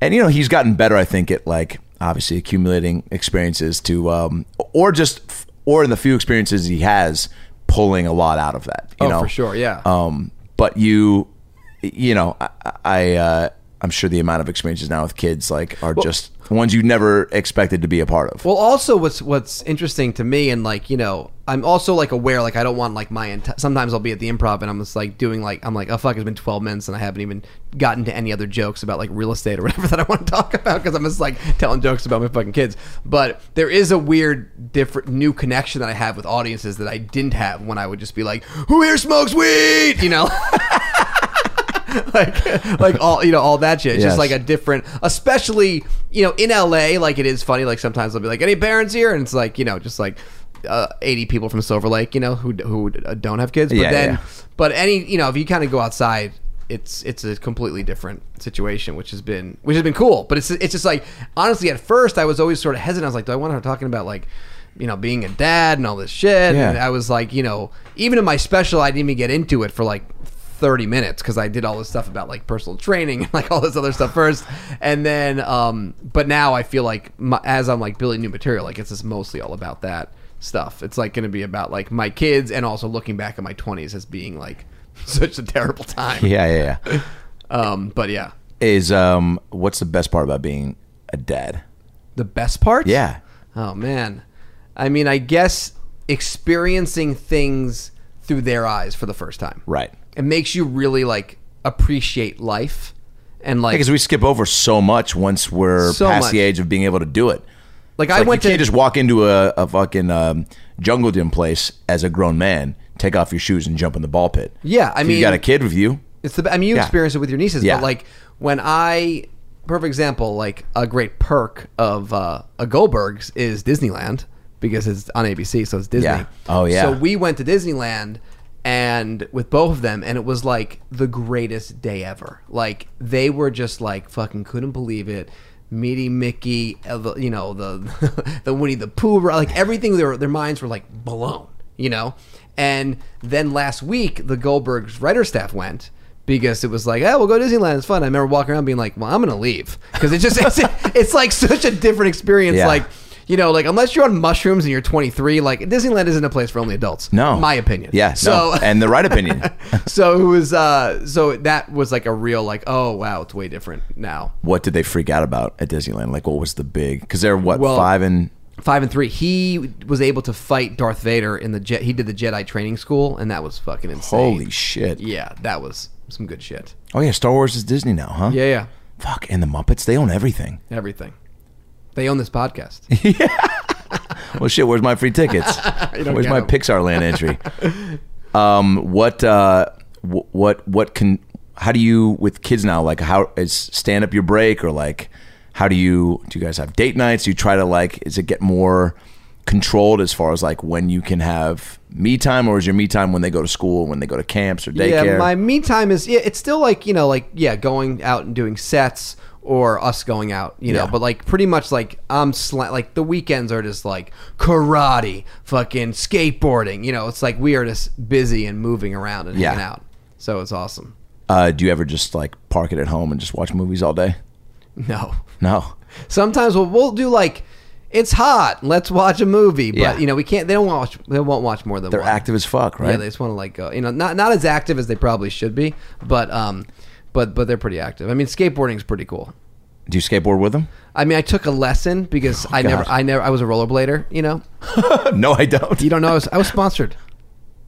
Speaker 1: and you know, he's gotten better, I think, at like obviously accumulating experiences to, um, or just, or in the few experiences he has, pulling a lot out of that, you
Speaker 2: oh
Speaker 1: know?
Speaker 2: for sure, yeah.
Speaker 1: Um, but you, you know, I, I uh, I'm sure the amount of experiences now with kids like are just ones you never expected to be a part of.
Speaker 2: Well, also what's what's interesting to me, and like you know, I'm also like aware, like I don't want like my. Enti- Sometimes I'll be at the improv, and I'm just like doing like I'm like, oh fuck, it's been 12 minutes, and I haven't even gotten to any other jokes about like real estate or whatever that I want to talk about because I'm just like telling jokes about my fucking kids. But there is a weird, different, new connection that I have with audiences that I didn't have when I would just be like, who here smokes weed? You know. like like all you know all that shit. It's just
Speaker 1: Yes.
Speaker 2: like a different, especially you know in LA. Like it is funny. Like sometimes I'll be like, "Any parents here?" And it's like you know just like uh, eighty people from Silver Lake, you know, who who uh, don't have kids. But
Speaker 1: Yeah,
Speaker 2: then,
Speaker 1: yeah.
Speaker 2: but any you know if you kind of go outside. It's it's a completely different situation, which has been which has been cool. But it's it's just like honestly, at first I was always sort of hesitant. I was like, do I want to talking about like, you know, being a dad and all this shit?
Speaker 1: Yeah.
Speaker 2: And I was like, you know, even in my special, I didn't even get into it for like 30 minutes because I did all this stuff about like personal training and like all this other stuff first. And then, um, but now I feel like my, as I'm like building new material, like it's just mostly all about that stuff. It's like going to be about like my kids and also looking back at my 20s as being like such a terrible time.
Speaker 1: Yeah, yeah, yeah.
Speaker 2: Um, but yeah,
Speaker 1: Is um, what's the best part about being a dad?
Speaker 2: the best part?
Speaker 1: Yeah.
Speaker 2: Oh man. I mean, I guess experiencing things through their eyes for the first time.
Speaker 1: Right.
Speaker 2: It makes you really like appreciate life and like
Speaker 1: Because we skip over so much once we're
Speaker 2: So
Speaker 1: past the
Speaker 2: much.
Speaker 1: age of being able to do it.
Speaker 2: like
Speaker 1: It's
Speaker 2: I
Speaker 1: like,
Speaker 2: went
Speaker 1: you
Speaker 2: to
Speaker 1: can't just walk into a, a fucking um, jungle gym place as a grown man, take off your shoes and jump in the ball pit.
Speaker 2: Yeah, I
Speaker 1: If
Speaker 2: mean-
Speaker 1: you got a kid with you.
Speaker 2: It's the. I mean, you
Speaker 1: Yeah.
Speaker 2: experience it with your nieces,
Speaker 1: Yeah.
Speaker 2: but like when I perfect example, like a great perk of uh, a Goldberg's is Disneyland because it's on ABC, so it's Disney.
Speaker 1: Yeah. Oh, yeah.
Speaker 2: So we went to Disneyland and with both of them, and it was like the greatest day ever. Like they were just like fucking couldn't believe it. Meeting Mickey, uh, the- you know the the Winnie the Pooh, like everything. Their their minds were like blown, you know. And then last week, the Goldberg's writer staff went because it was like, oh, we'll go to Disneyland. It's fun. I remember walking around being like, well, I'm gonna leave because it's just it's, it's like such a different experience.
Speaker 1: Yeah.
Speaker 2: Like, you know, like unless you're on mushrooms and you're 23, like Disneyland isn't a place for only adults.
Speaker 1: No,
Speaker 2: my opinion.
Speaker 1: Yeah, no.
Speaker 2: So
Speaker 1: and the right opinion.
Speaker 2: so it was uh so that was like a real like oh wow it's way different now.
Speaker 1: what did they freak out about at Disneyland? Like, what was the big? Because they're what
Speaker 2: Well-
Speaker 1: five and
Speaker 2: Five and three. He was able to fight Darth Vader in the jet. He did the Jedi training school, and that was fucking insane.
Speaker 1: holy shit.
Speaker 2: Yeah, that was some good shit.
Speaker 1: Oh yeah, Star Wars is Disney now, huh?
Speaker 2: Yeah, yeah,
Speaker 1: Fuck, and the Muppets, they own everything.
Speaker 2: everything. They own this podcast.
Speaker 1: Well, shit, where's my free tickets? where's
Speaker 2: get
Speaker 1: my
Speaker 2: them.
Speaker 1: Pixar Land entry? um, what, uh, wh- what, what can? How do you with kids now? Like, how is stand up your break or like? How do you do? You guys have date nights? Do you try to like? Is it get more controlled as far as like when you can have me time, or is your me time when they go to school, when they go to camps or daycare?
Speaker 2: Yeah, my me time is yeah, it's still like, you know, like yeah, going out and doing sets or us going out, you know,
Speaker 1: Yeah.
Speaker 2: but like pretty much like I'm sla- like the weekends are just like karate, fucking skateboarding, you know, it's like we are just busy and moving around and hanging
Speaker 1: Yeah.
Speaker 2: out. So it's awesome.
Speaker 1: uh, do you ever just like park it at home and just watch movies all day?
Speaker 2: No.
Speaker 1: No.
Speaker 2: Sometimes we'll, we'll do like it's hot, let's watch a movie, but
Speaker 1: Yeah.
Speaker 2: you know, we can't they don't want to watch they won't watch more than
Speaker 1: They're
Speaker 2: one.
Speaker 1: active as fuck, right?
Speaker 2: Yeah, they just want to like go, you know, not not as active as they probably should be, but um, but but they're pretty active. I mean, skateboarding is pretty cool.
Speaker 1: do you skateboard with them?
Speaker 2: I mean, I took a lesson because I
Speaker 1: Oh, God.
Speaker 2: never, I never, I was a rollerblader. You know,
Speaker 1: no, I don't.
Speaker 2: you don't know I was, I was sponsored.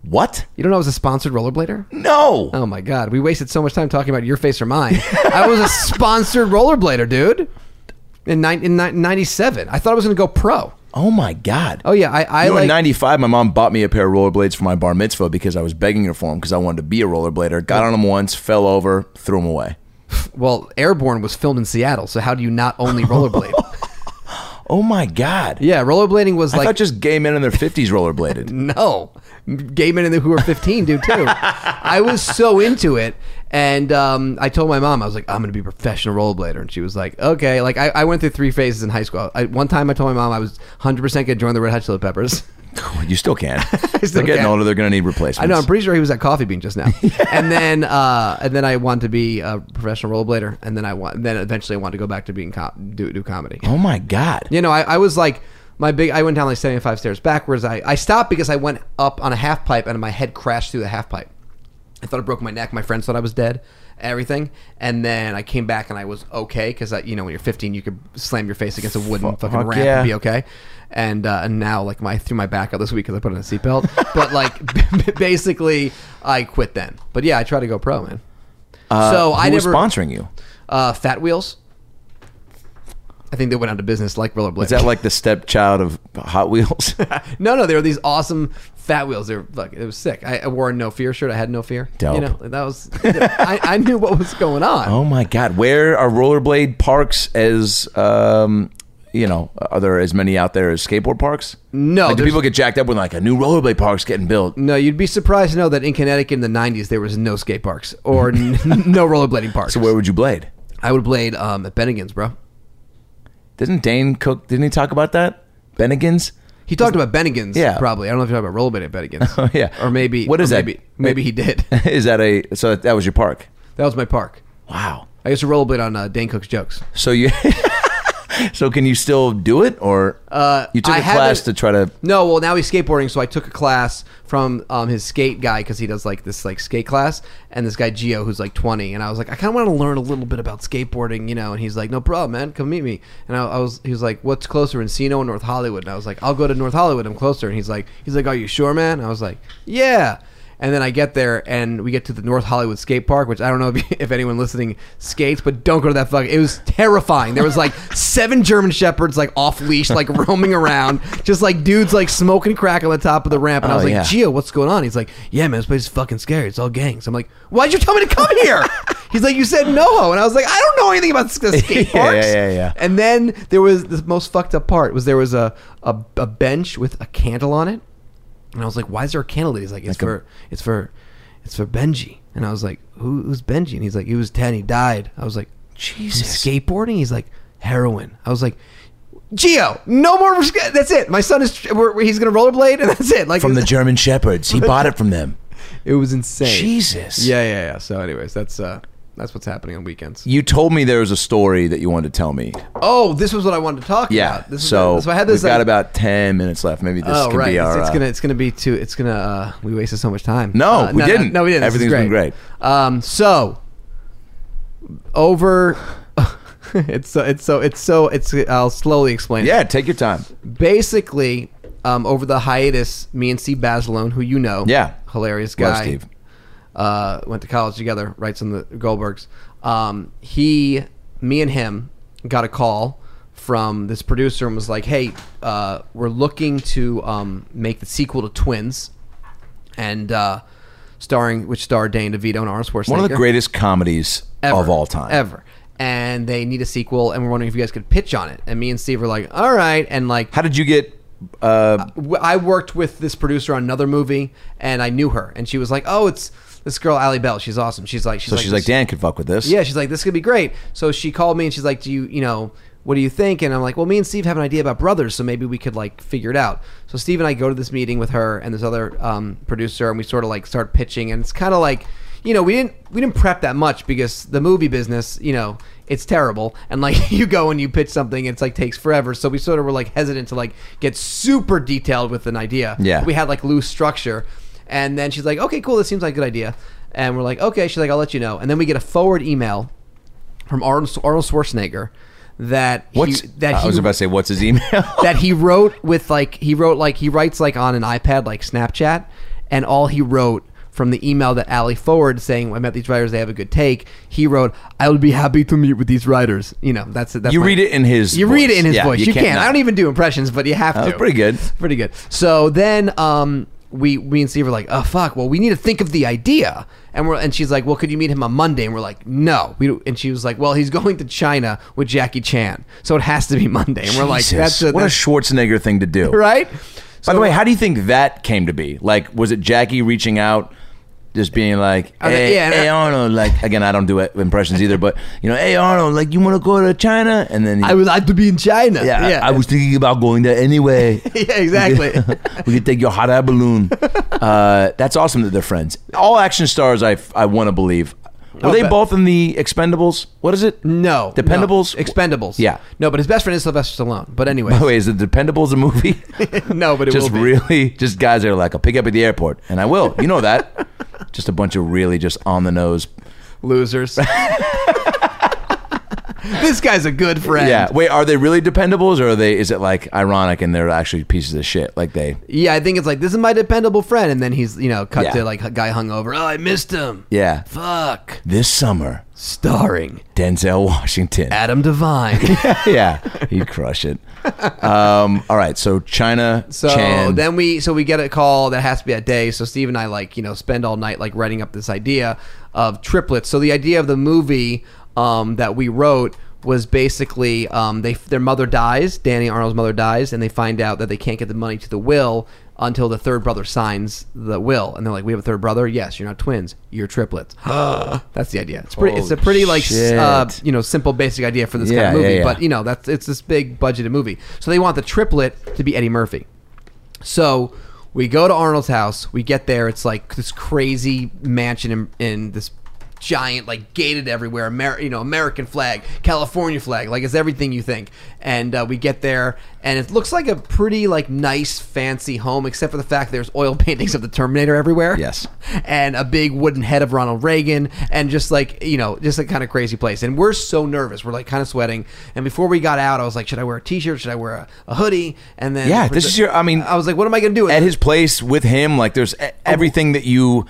Speaker 1: What?
Speaker 2: You don't know I was a sponsored rollerblader.
Speaker 1: No.
Speaker 2: Oh my god, we wasted so much time talking about your face or mine. I was a sponsored rollerblader, dude. In, nine in ni- '97, I thought I was going to go pro.
Speaker 1: Oh my god.
Speaker 2: Oh yeah, I, I
Speaker 1: You know,
Speaker 2: like
Speaker 1: in '95, my mom bought me a pair of rollerblades for my bar mitzvah because I was begging her for them because I wanted to be a rollerblader. Got on them once, fell over, threw them away.
Speaker 2: well, Airborne was filmed in Seattle, so how do you not only rollerblade?
Speaker 1: Oh my god!
Speaker 2: yeah, rollerblading was
Speaker 1: I
Speaker 2: like
Speaker 1: thought just gay men in their 50s rollerbladed.
Speaker 2: No, gay men in the, who were 15 do too. I was so into it, and um, I told my mom I was like, I'm going to be a professional rollerblader, and she was like, Okay. Like I, I went through three phases in high school. I, one time I told my mom I was 100 percent going to join the Red Hot Chili Peppers.
Speaker 1: you still can.
Speaker 2: still
Speaker 1: they're getting
Speaker 2: can.
Speaker 1: older. They're gonna need replacements.
Speaker 2: I know I'm pretty sure he was at Coffee Bean just now, and then uh, and then I wanted to be a professional rollerblader, and then I want then eventually I wanted to go back to being com- do do comedy.
Speaker 1: oh my god!
Speaker 2: You know, I, I was like my big. I went down like seventy five stairs backwards. I, I stopped because I went up on a half pipe and my head crashed through the half pipe. I thought I broke my neck. My friends thought I was dead. Everything, and then I came back and I was okay because you know when you're 15 you could slam your face against a wooden fucking
Speaker 1: fuck
Speaker 2: ramp
Speaker 1: yeah.
Speaker 2: and be okay. And uh, and now like my threw my back out this week because I put on a seatbelt. but like basically I quit then. But yeah, I try to go pro, man. so
Speaker 1: Uh, Who
Speaker 2: I
Speaker 1: was
Speaker 2: never
Speaker 1: sponsoring you?
Speaker 2: uh, Fat Wheels. I think they went out of business like rollerblades.
Speaker 1: Is that like the stepchild of Hot Wheels?
Speaker 2: No, no, they were these awesome fat wheels. They were like, it was sick. I, I wore a no fear shirt. I had no fear.
Speaker 1: Dope.
Speaker 2: You know, that was. I, I knew what was going on.
Speaker 1: oh my god! Where are rollerblade parks? As um, you know, are there as many out there as skateboard parks?
Speaker 2: No,
Speaker 1: Like, do
Speaker 2: there's-
Speaker 1: people get jacked up when like a new rollerblade park's getting built?
Speaker 2: No, you'd be surprised to know that in Connecticut in the '90s there was no skate parks or n- no rollerblading parks.
Speaker 1: So where would you blade?
Speaker 2: I would blade um, at Bennigan's, bro.
Speaker 1: Didn't Dane Cook? Didn't he talk about that? Bennigan's.
Speaker 2: He talked about Bennigan's,
Speaker 1: Yeah.
Speaker 2: probably. I don't know if you're talking about rollerblading at Bennigan's.
Speaker 1: Oh yeah.
Speaker 2: or maybe
Speaker 1: What is
Speaker 2: or
Speaker 1: that?
Speaker 2: Maybe, maybe he did.
Speaker 1: Is that a? So that, that was your park.
Speaker 2: That was my park.
Speaker 1: Wow.
Speaker 2: I used to rollerblade on uh, Dane Cook's jokes.
Speaker 1: So you. so can you still do it, or uh, you took
Speaker 2: I
Speaker 1: a class
Speaker 2: haven't-
Speaker 1: to try to?
Speaker 2: No, well now he's skateboarding, so I took a class from um, his skate guy because he does like this like skate class, and this guy Gio who's like 20, and I was like, I kind of want to learn a little bit about skateboarding, you know, and he's like, No problem, man, come meet me, and I, I was he was like, What's closer, Encino or North Hollywood? And I was like, I'll go to North Hollywood, I'm closer, and he's like, He's like, Are you sure, man? I was like, Yeah. And then I get there, and we get to the North Hollywood skate park, which I don't know if, if anyone listening skates, but don't go to that fucking. It was terrifying. There was like seven German shepherds, like off leash, like roaming around, just like dudes like smoking crack on the top of the ramp. And I
Speaker 1: Oh,
Speaker 2: was like,
Speaker 1: yeah.
Speaker 2: Gio, what's going on? He's like, Yeah, man, this place is fucking scary. It's all gangs. I'm like, Why'd you tell me to come here? He's like, You said NoHo, and I was like, I don't know anything about sk- skate
Speaker 1: Yeah, yeah,
Speaker 2: parks.
Speaker 1: yeah, yeah.
Speaker 2: And then there was the most fucked up part was there was a, a, a bench with a candle on it, and I was like, "Why is there a candle?" He's like, "It's
Speaker 1: a-
Speaker 2: for it's for it's for Benji." And I was like, Who, "Who's Benji?" And he's like, "He was ten. He died." I was like, "Jesus, skateboarding." He's like, "Heroin." I was like. Geo, no more. sk- That's it. My son is. We're, we're- he's gonna rollerblade, and that's it. Like
Speaker 1: from
Speaker 2: it
Speaker 1: the
Speaker 2: was,
Speaker 1: German shepherds. He bought it from them.
Speaker 2: it was insane.
Speaker 1: Jesus.
Speaker 2: Yeah, yeah, yeah. So, anyways, that's uh, that's what's happening on weekends.
Speaker 1: You told me there was a story that you wanted to tell me.
Speaker 2: Oh, this was what I wanted to talk
Speaker 1: Yeah.
Speaker 2: about. This is
Speaker 1: so,
Speaker 2: the- so I had this. uh,
Speaker 1: we've got
Speaker 2: like-
Speaker 1: about 10 minutes left. Maybe this
Speaker 2: oh
Speaker 1: can
Speaker 2: right,
Speaker 1: be
Speaker 2: it's,
Speaker 1: our.
Speaker 2: it's
Speaker 1: uh,
Speaker 2: gonna it's gonna be too. It's gonna uh, we wasted so much time.
Speaker 1: No,
Speaker 2: Uh,
Speaker 1: we didn't.
Speaker 2: No, we didn't. This is
Speaker 1: Everything's been great.
Speaker 2: Um, so over. it's so it's so it's so it's. I'll slowly explain. it
Speaker 1: yeah, take your time.
Speaker 2: basically, um, over the hiatus, me and Steve Basilone, who you know,
Speaker 1: Yeah.
Speaker 2: hilarious guy,
Speaker 1: Love Steve.
Speaker 2: uh, went to college together, writes in the Goldbergs. Um, he, me and him, got a call from this producer and was like, "Hey, uh, we're looking to um, make the sequel to Twins, and uh, starring which star Dane DeVito and Arnold Schwarzenegger."
Speaker 1: One of the greatest comedies
Speaker 2: Ever.
Speaker 1: of all time.
Speaker 2: ever. And they need a sequel, and we're wondering if you guys could pitch on it. And me and Steve were like, "All right," and like
Speaker 1: How did you get. Uh,
Speaker 2: w- I worked with this producer on another movie, and I knew her, and she was like, "Oh, it's this girl, Ali Bell. She's awesome. She's like, she's
Speaker 1: so
Speaker 2: like,
Speaker 1: she's like,
Speaker 2: this-
Speaker 1: Dan could fuck with this.
Speaker 2: yeah, she's like, this could be great. So she called me, and she's like, do you, you know, what do you think? And I'm like, well, me and Steve have an idea about brothers, so maybe we could like figure it out. So Steve and I go to this meeting with her and this other um, producer, and we sort of like start pitching, and it's kind of like, you know, we didn't we didn't prep that much because the movie business, you know, it's terrible. And like you go and you pitch something, it's like takes forever. So we sort of were like hesitant to like get super detailed with an idea.
Speaker 1: Yeah.
Speaker 2: we had like loose structure. And then she's like, okay, cool, this seems like a good idea. And we're like, okay, she's like, I'll let you know. And then we get a forward email from Arnold, Arnold Schwarzenegger that
Speaker 1: What's,
Speaker 2: he, that
Speaker 1: I
Speaker 2: he
Speaker 1: was about to say, what's his email?
Speaker 2: that he wrote with like he wrote like he writes like on an iPad like Snapchat, and all he wrote from the email that Ali forwarded saying I met these writers, they have a good take. He wrote, "I will be happy to meet with these writers." You know, that's it. That's
Speaker 1: You
Speaker 2: my-
Speaker 1: read it in his
Speaker 2: You read it
Speaker 1: voice.
Speaker 2: in his
Speaker 1: Yeah,
Speaker 2: voice.
Speaker 1: you
Speaker 2: You,
Speaker 1: can't
Speaker 2: can.
Speaker 1: not.
Speaker 2: I don't even do impressions, but you have
Speaker 1: That
Speaker 2: to.
Speaker 1: was pretty good.
Speaker 2: Pretty good. So then um, we me and Steve were like, oh fuck, well we need to think of the idea. And we're and she's like, well, could you meet him on Monday? And we're like, no. We don't- and she was like, well, he's going to China with Jackie Chan, so it has to be Monday. And we're like,
Speaker 1: Jesus,
Speaker 2: that's a,
Speaker 1: what a
Speaker 2: that's-
Speaker 1: Schwarzenegger thing to do.
Speaker 2: right.
Speaker 1: By the way, how do you think that came to be? Like, was it Jackie reaching out, just being like,
Speaker 2: I was like,
Speaker 1: "Hey,
Speaker 2: yeah, and
Speaker 1: hey
Speaker 2: I-
Speaker 1: Arnold," like again, I don't do it- impressions either, but you know, "Hey Arnold, like you want to go to China?" And then, he-
Speaker 2: I would like to be in China.
Speaker 1: yeah, I, I was thinking about going there anyway.
Speaker 2: yeah, exactly.
Speaker 1: we could take your hot air balloon. Uh, that's awesome that they're friends. All action stars, I I want to believe. Were
Speaker 2: Oh,
Speaker 1: they
Speaker 2: but-
Speaker 1: both in the Expendables? What is it?
Speaker 2: no,
Speaker 1: Dependables?
Speaker 2: no. Expendables.
Speaker 1: Yeah.
Speaker 2: no, but his best friend is Sylvester Stallone. But anyway,
Speaker 1: By the way, is the Dependables a movie?
Speaker 2: no, but it
Speaker 1: just
Speaker 2: will be.
Speaker 1: really just guys that are like i'll pick you up at the airport and i will you know that just a bunch of really just on the nose
Speaker 2: losers. this guy's a good friend.
Speaker 1: yeah wait are they really dependables or are they is it like ironic and they're actually pieces of shit like they
Speaker 2: Yeah, I think it's like this is my dependable friend, and then he's you know cut
Speaker 1: Yeah.
Speaker 2: to like a guy hungover. Oh, I missed him.
Speaker 1: yeah
Speaker 2: Fuck.
Speaker 1: this summer
Speaker 2: Starring
Speaker 1: denzel washington
Speaker 2: Adam Devine.
Speaker 1: yeah he'd crush it um all right so china
Speaker 2: so
Speaker 1: Chan.
Speaker 2: then we so we get a call that has to be at day. So Steve and I like you know spend all night like writing up this idea of triplets. So the idea of the movie um, that we wrote was basically um, they their mother dies, Danny Arnold's mother dies, and they find out that they can't get the money to the will until the third brother signs the will, and they're like, "We have a third brother. Yes, you're not twins. You're triplets." That's the idea. It's pretty. It's a
Speaker 1: Holy
Speaker 2: pretty like s- uh,
Speaker 1: shit.
Speaker 2: you know simple basic idea for this
Speaker 1: Yeah,
Speaker 2: kind of movie,
Speaker 1: yeah, yeah.
Speaker 2: but you know that's it's this big budgeted movie. So they want the triplet to be Eddie Murphy. So we go to Arnold's house. We get there. It's like this crazy mansion in, in this giant, like gated everywhere, Amer- you know, American flag, California flag, like it's everything you think. And uh, we get there, and it looks like a pretty like nice, fancy home, except for the fact there's oil paintings of the Terminator everywhere.
Speaker 1: Yes.
Speaker 2: and a big wooden head of Ronald Reagan, and just like you know, just a kind of crazy place. And we're so nervous, we're like kind of sweating. And before we got out, I was like, should I wear a t-shirt? Should I wear a, a hoodie? And then
Speaker 1: Yeah, this is your- I mean-
Speaker 2: I was like, what am I gonna do?
Speaker 1: at his place with him. Like there's
Speaker 2: Oh.
Speaker 1: e- everything that you.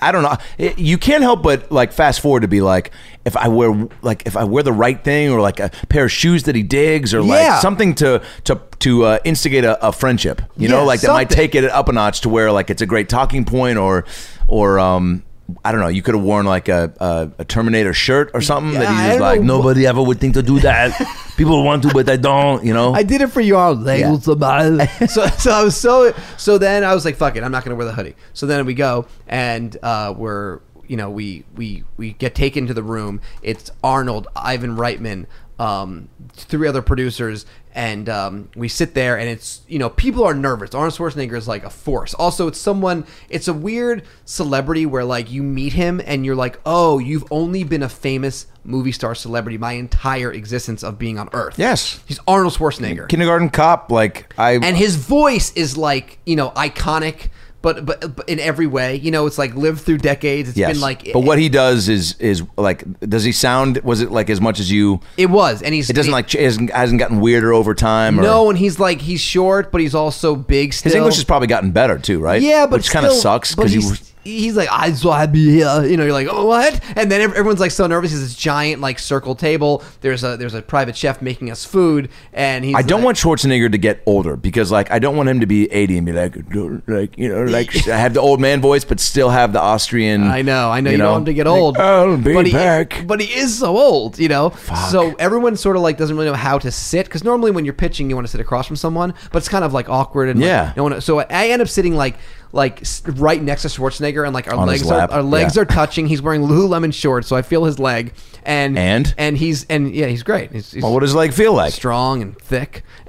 Speaker 1: I don't know. It- You can't help but like fast forward to be like, if I wear like if I wear the right thing or like a pair of shoes that he digs or
Speaker 2: Yeah.
Speaker 1: like something to to to uh, instigate a, a friendship, you
Speaker 2: Yeah,
Speaker 1: know, like that might
Speaker 2: something.
Speaker 1: take it up a notch to where like it's a great talking point or or um I don't know. You could have worn like a, a a Terminator shirt or something
Speaker 2: Yeah,
Speaker 1: that
Speaker 2: I
Speaker 1: he's just
Speaker 2: don't
Speaker 1: like
Speaker 2: know wh-
Speaker 1: nobody ever would think to do that. People want to, but they don't. You know.
Speaker 2: I did it for you all.
Speaker 1: Yeah.
Speaker 2: Labels yeah. so, so I was so so then I was like, fuck it, I'm not gonna wear the hoodie. So then we go and uh, we're you know we we we get taken to the room. It's Arnold, Ivan Reitman, um, three other producers. And um, we sit there, and it's you know people are nervous. Arnold Schwarzenegger is like a force. Also, it's someone. It's a weird celebrity where like you meet him, and you're like, oh, you've only been a famous movie star celebrity my entire existence of being on Earth.
Speaker 1: Yes.
Speaker 2: He's Arnold Schwarzenegger.
Speaker 1: Kindergarten cop. Like I
Speaker 2: and his voice is like, you know, iconic, but, but but in every way, you know, it's like lived through decades. It's
Speaker 1: Yes.
Speaker 2: been like
Speaker 1: but what he does is is like, does he sound? Was it like as much as you?
Speaker 2: it was and he's
Speaker 1: It doesn't
Speaker 2: he-
Speaker 1: like ch- hasn't, hasn't gotten weirder over time. Or,
Speaker 2: No, and he's like he's short, but he's also big still.
Speaker 1: his English has probably gotten better too, right?
Speaker 2: Yeah, but
Speaker 1: which kind of
Speaker 2: still-
Speaker 1: sucks
Speaker 2: but
Speaker 1: because he.
Speaker 2: he's-
Speaker 1: was-
Speaker 2: He's like, I so I be here. You know, you're like, oh, what? And then ev- everyone's like so nervous. He's this giant like circle table. There's a there's a private chef making us food, and he's.
Speaker 1: I don't
Speaker 2: like-
Speaker 1: want Schwarzenegger to get older because, like, I don't want him to be eighty and be like, "Do- like you know, like I have the old man voice, but still have the Austrian.
Speaker 2: I know, I know. You, don't want him to get old.
Speaker 1: Like, I'll be
Speaker 2: but
Speaker 1: back.
Speaker 2: He, but he is so old, you know. So everyone sort of like doesn't really know how to sit because normally when you're pitching, you want to sit across from someone, but it's kind of like awkward and like,
Speaker 1: Yeah.
Speaker 2: no one, so I end up sitting like like s- right next to Schwarzenegger, and like our
Speaker 1: On his
Speaker 2: legs are
Speaker 1: lap,
Speaker 2: our legs
Speaker 1: yeah.
Speaker 2: are touching. He's wearing Lululemon shorts, so I feel his leg, and
Speaker 1: And?
Speaker 2: and he's and yeah, he's great. He's, he's
Speaker 1: Well, what does his leg feel like?
Speaker 2: strong and thick.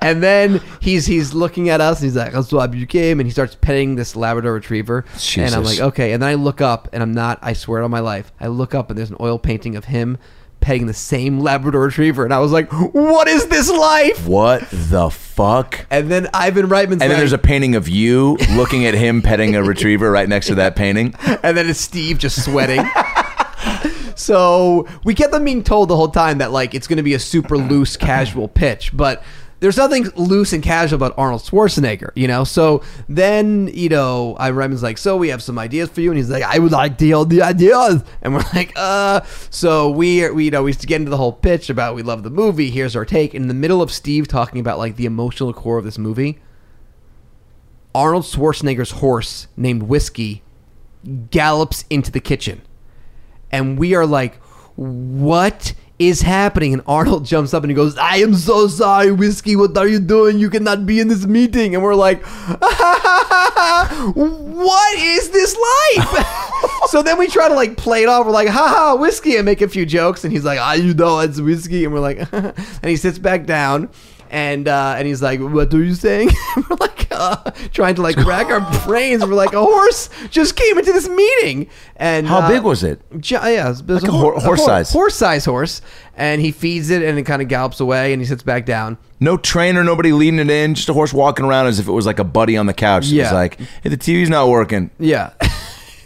Speaker 2: and then he's he's looking at us and he's like, "That's why you came," and he starts petting this Labrador Retriever. And I'm
Speaker 1: Jesus.
Speaker 2: like, "Okay." And then I look up and I'm not. I swear on my life, I look up and there's an oil painting of him petting the same Labrador Retriever, and I was like, "What is this life?"
Speaker 1: What the fuck?
Speaker 2: And then Ivan Reitman's
Speaker 1: And then
Speaker 2: like-
Speaker 1: there's a painting of you looking at him petting a retriever right next to that painting.
Speaker 2: and then it's Steve just sweating. so we kept them being told the whole time that like it's going to be a super loose, casual pitch, but there's nothing loose and casual about Arnold Schwarzenegger, you know. So then you know, I Reman's like, so we have some ideas for you, and he's like, I would like to hear the ideas, and we're like, uh. So we, we you know, we get into the whole pitch about we love the movie. Here's our take. In the middle of Steve talking about like the emotional core of this movie. Arnold Schwarzenegger's horse named Whiskey gallops into the kitchen. And we are like, what is happening? And Arnold jumps up and he goes, I am so sorry, Whiskey. What are you doing? You cannot be in this meeting. And we're like, what is this life? so then we try to like play it off. We're like, haha, Whiskey, and make a few jokes. And he's like, ah, you know, it's Whiskey. And we're like, and he sits back down. And uh, and he's like, "What are you saying?" we're like uh, trying to like rack our brains. We're like, a horse just came into this meeting. And
Speaker 1: How
Speaker 2: uh,
Speaker 1: big was it?
Speaker 2: Gi- yeah, it was a,
Speaker 1: a
Speaker 2: hor-
Speaker 1: hor- horse
Speaker 2: hor-
Speaker 1: size.
Speaker 2: horse size horse, and he feeds it, and it kind of gallops away, and he sits back down.
Speaker 1: No trainer, nobody leading it in, just a horse walking around as if it was like a buddy on the couch. Yeah.
Speaker 2: Yeah.
Speaker 1: It's like, hey, the TV's not working.
Speaker 2: Yeah,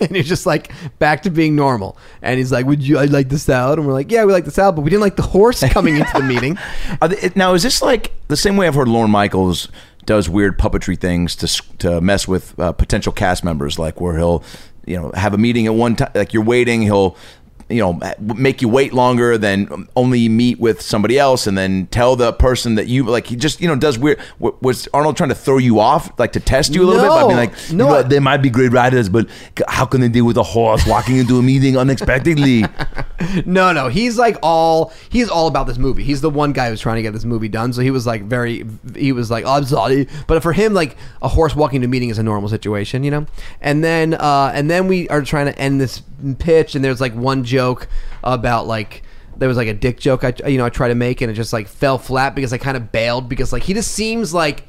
Speaker 2: and he's just like back to being normal, and he's like, "Would you? I like the salad," and we're like, "Yeah, we like the salad," but we didn't like the horse coming into the meeting.
Speaker 1: Are they, now, is this like the same way I've heard Lorne Michaels does weird puppetry things to s- to mess with uh, potential cast members, like where he'll, you know, have a meeting at one time, like you're waiting, he'll. You know, make you wait longer than um, only meet with somebody else, and then tell the person that you like. He just, you know, does weird. w- Was Arnold trying to throw you off, like to test you a little bit by being
Speaker 2: No.
Speaker 1: like, you
Speaker 2: No,
Speaker 1: know,
Speaker 2: I-
Speaker 1: they might be great riders, but c- how can they deal with a horse walking into a meeting unexpectedly?
Speaker 2: No, no, he's like all he's all about this movie. He's the one guy who's trying to get this movie done. So he was like very he was like I'm sorry, but for him like a horse walking to a meeting is a normal situation, you know. And then uh, and then we are trying to end this pitch, and there's like one joke about like. There was like a dick joke I you know I tried to make and it just like fell flat because I kind of bailed because like he just seems like